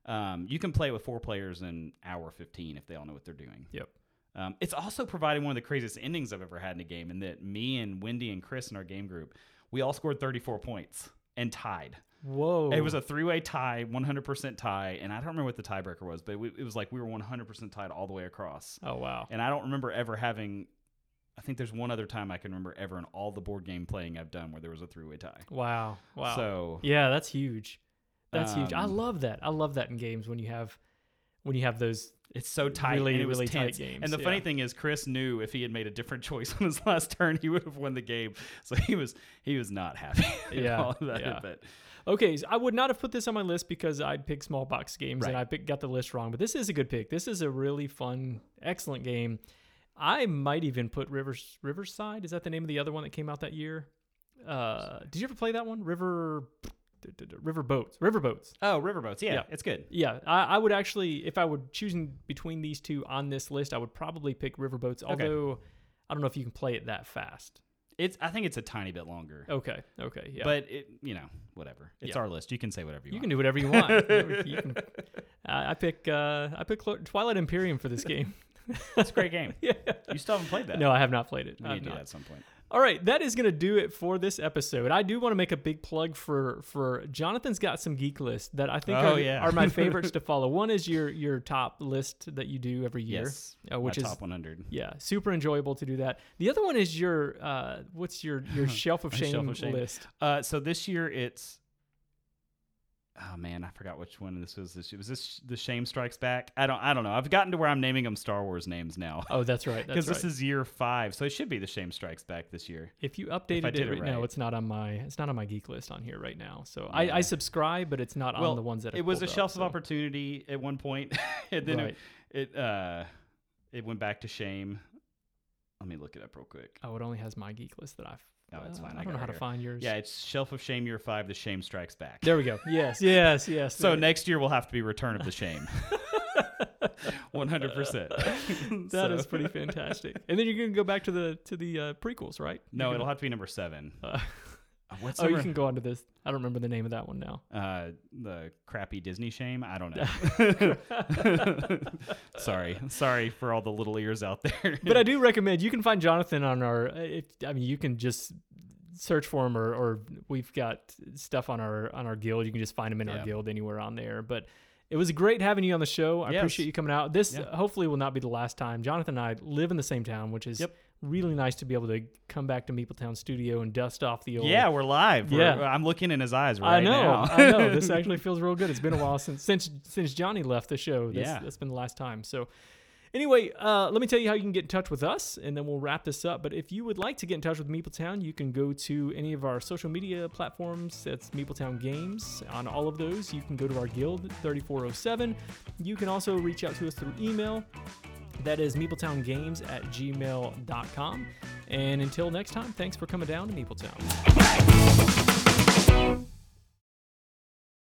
S2: Um, you can play with four players in hour 15 if they all know what they're doing.
S1: Yep.
S2: Um, it's also provided one of the craziest endings I've ever had in a game, in that me and Wendy and Chris in our game group, we all scored 34 points and tied.
S1: whoa,
S2: It was a three way tie, 100% tie, and I don't remember what the tiebreaker was, but we, it was like we were 100% tied all the way across.
S1: oh wow,
S2: And I don't remember ever having. I think there's one other time I can remember ever in all the board game playing I've done where there was a three way tie.
S1: wow, wow.
S2: So
S1: yeah, that's huge. That's huge. I
S2: Um,
S1: love that. I love that in games when you have when you have those.
S2: it's so tight.
S1: Really,
S2: and it was
S1: really tight
S2: tense.
S1: games,
S2: And the
S1: yeah.
S2: funny thing is, Chris knew if he had made a different choice on his last turn, he would have won the game. So he was he was not happy. at
S1: Yeah,
S2: all about it,
S1: yeah.
S2: But
S1: Okay, so I would not have put this on my list because I picked small box games and
S2: Right.
S1: I pick, got the list wrong. But this is a good pick. This is a really fun, excellent game. I might even put Rivers Riverside. Is that the name of the other one that came out that year? Uh, did you ever play that one? River, River boats. River boats.
S2: oh, riverboats. Yeah,
S1: Yeah.
S2: it's good.
S1: Yeah, I, I would actually, if I were choosing between these two on this list, I would probably pick Riverboats. Although I don't know if you can play it that fast.
S2: It's I think it's a tiny bit longer.
S1: Okay, okay, Oh, yeah.
S2: But it you know whatever. It's
S1: Yeah.
S2: our list. You can say whatever you,
S1: you can
S2: want.
S1: do whatever you want. You can- I I pick, uh, I pick Clo- Twilight Imperium for this game.
S2: it's a great game.
S1: yeah.
S2: You still haven't played that.
S1: No, I have not played it.
S2: we
S1: I have
S2: need to do
S1: not.
S2: that at some point.
S1: All right, that is going to do it for this episode. I do want to make a big plug for for Jonathan's got some geek list that I think
S2: Oh,
S1: are,
S2: yeah.
S1: are my favorites to follow. One is your your top list that you do every year,
S2: Yes,
S1: uh, which
S2: my
S1: is
S2: top 100.
S1: Yeah, super enjoyable to do that. The other one is your uh, what's your your shelf of
S2: My shelf
S1: shame
S2: of shame.
S1: list?
S2: Uh, so this year it's. Oh man, I forgot which one this was. This year. was this the Shame Strikes Back. I don't. I don't know. I've gotten to where I'm naming them Star Wars names now
S1: Oh, that's right.
S2: because
S1: That's right.
S2: this is year five, so it should be the Shame Strikes Back this year.
S1: if you updated
S2: did
S1: it
S2: it
S1: right, now,
S2: right.
S1: it's not on my it's not on my geek list on here right now. So
S2: Yeah.
S1: I, I subscribe, but it's not
S2: well,
S1: on the ones that I
S2: it was a
S1: pulled up,
S2: shelf
S1: so.
S2: of opportunity at one point, and then
S1: Right.
S2: it it, uh, it went back to shame. Let me look it up real quick.
S1: Oh, it only has my geek list that I've.
S2: No, it's
S1: uh,
S2: fine.
S1: I
S2: I
S1: don't
S2: got
S1: know
S2: it
S1: how
S2: right
S1: to
S2: here.
S1: find yours.
S2: Yeah, it's Shelf of Shame Year Five. The Shame Strikes Back.
S1: There we go. Yes, yes, yes.
S2: So
S1: there-
S2: next year will have to be Return of the Shame. One hundred percent.
S1: that is pretty fantastic. and then you're gonna go back to the to the uh, prequels, right? You're
S2: No,
S1: gonna-
S2: it'll have to be number seven.
S1: Uh,
S2: Uh, What's
S1: oh, you
S2: number-
S1: can go on to this. I don't remember the name of that one now.
S2: uh, the crappy Disney shame? I don't know. sorry, sorry for all the little ears out there.
S1: but I do recommend you can find Jonathan on our. If, I mean, you can just search for him, or, or we've got stuff on our on our guild. You can just find him in
S2: Yeah.
S1: our guild anywhere on there. But it was great having you on the show. I
S2: Yes.
S1: appreciate you coming out. This
S2: Yeah.
S1: uh, hopefully will not be the last time. Jonathan and I live in the same town, which is
S2: Yep.
S1: really nice to be able to come back to Meepletown Studio and dust off the old.
S2: yeah, we're live. We're-
S1: Yeah.
S2: I'm looking in his eyes right
S1: I know,
S2: now.
S1: I know. This actually feels real good. It's been a while sinse since since Johnny left the show. That's,
S2: Yeah.
S1: that's been the last time. So Anyway, uh, let me tell you how you can get in touch with us, and then we'll wrap this up. But if you would like to get in touch with Meepletown, you can go to any of our social media platforms. That's Meepletown Games. On all of those, you can go to our guild, 3407. You can also reach out to us through email. That is meepletowngames at gmail.com. And until next time, thanks for coming down to Meepletown.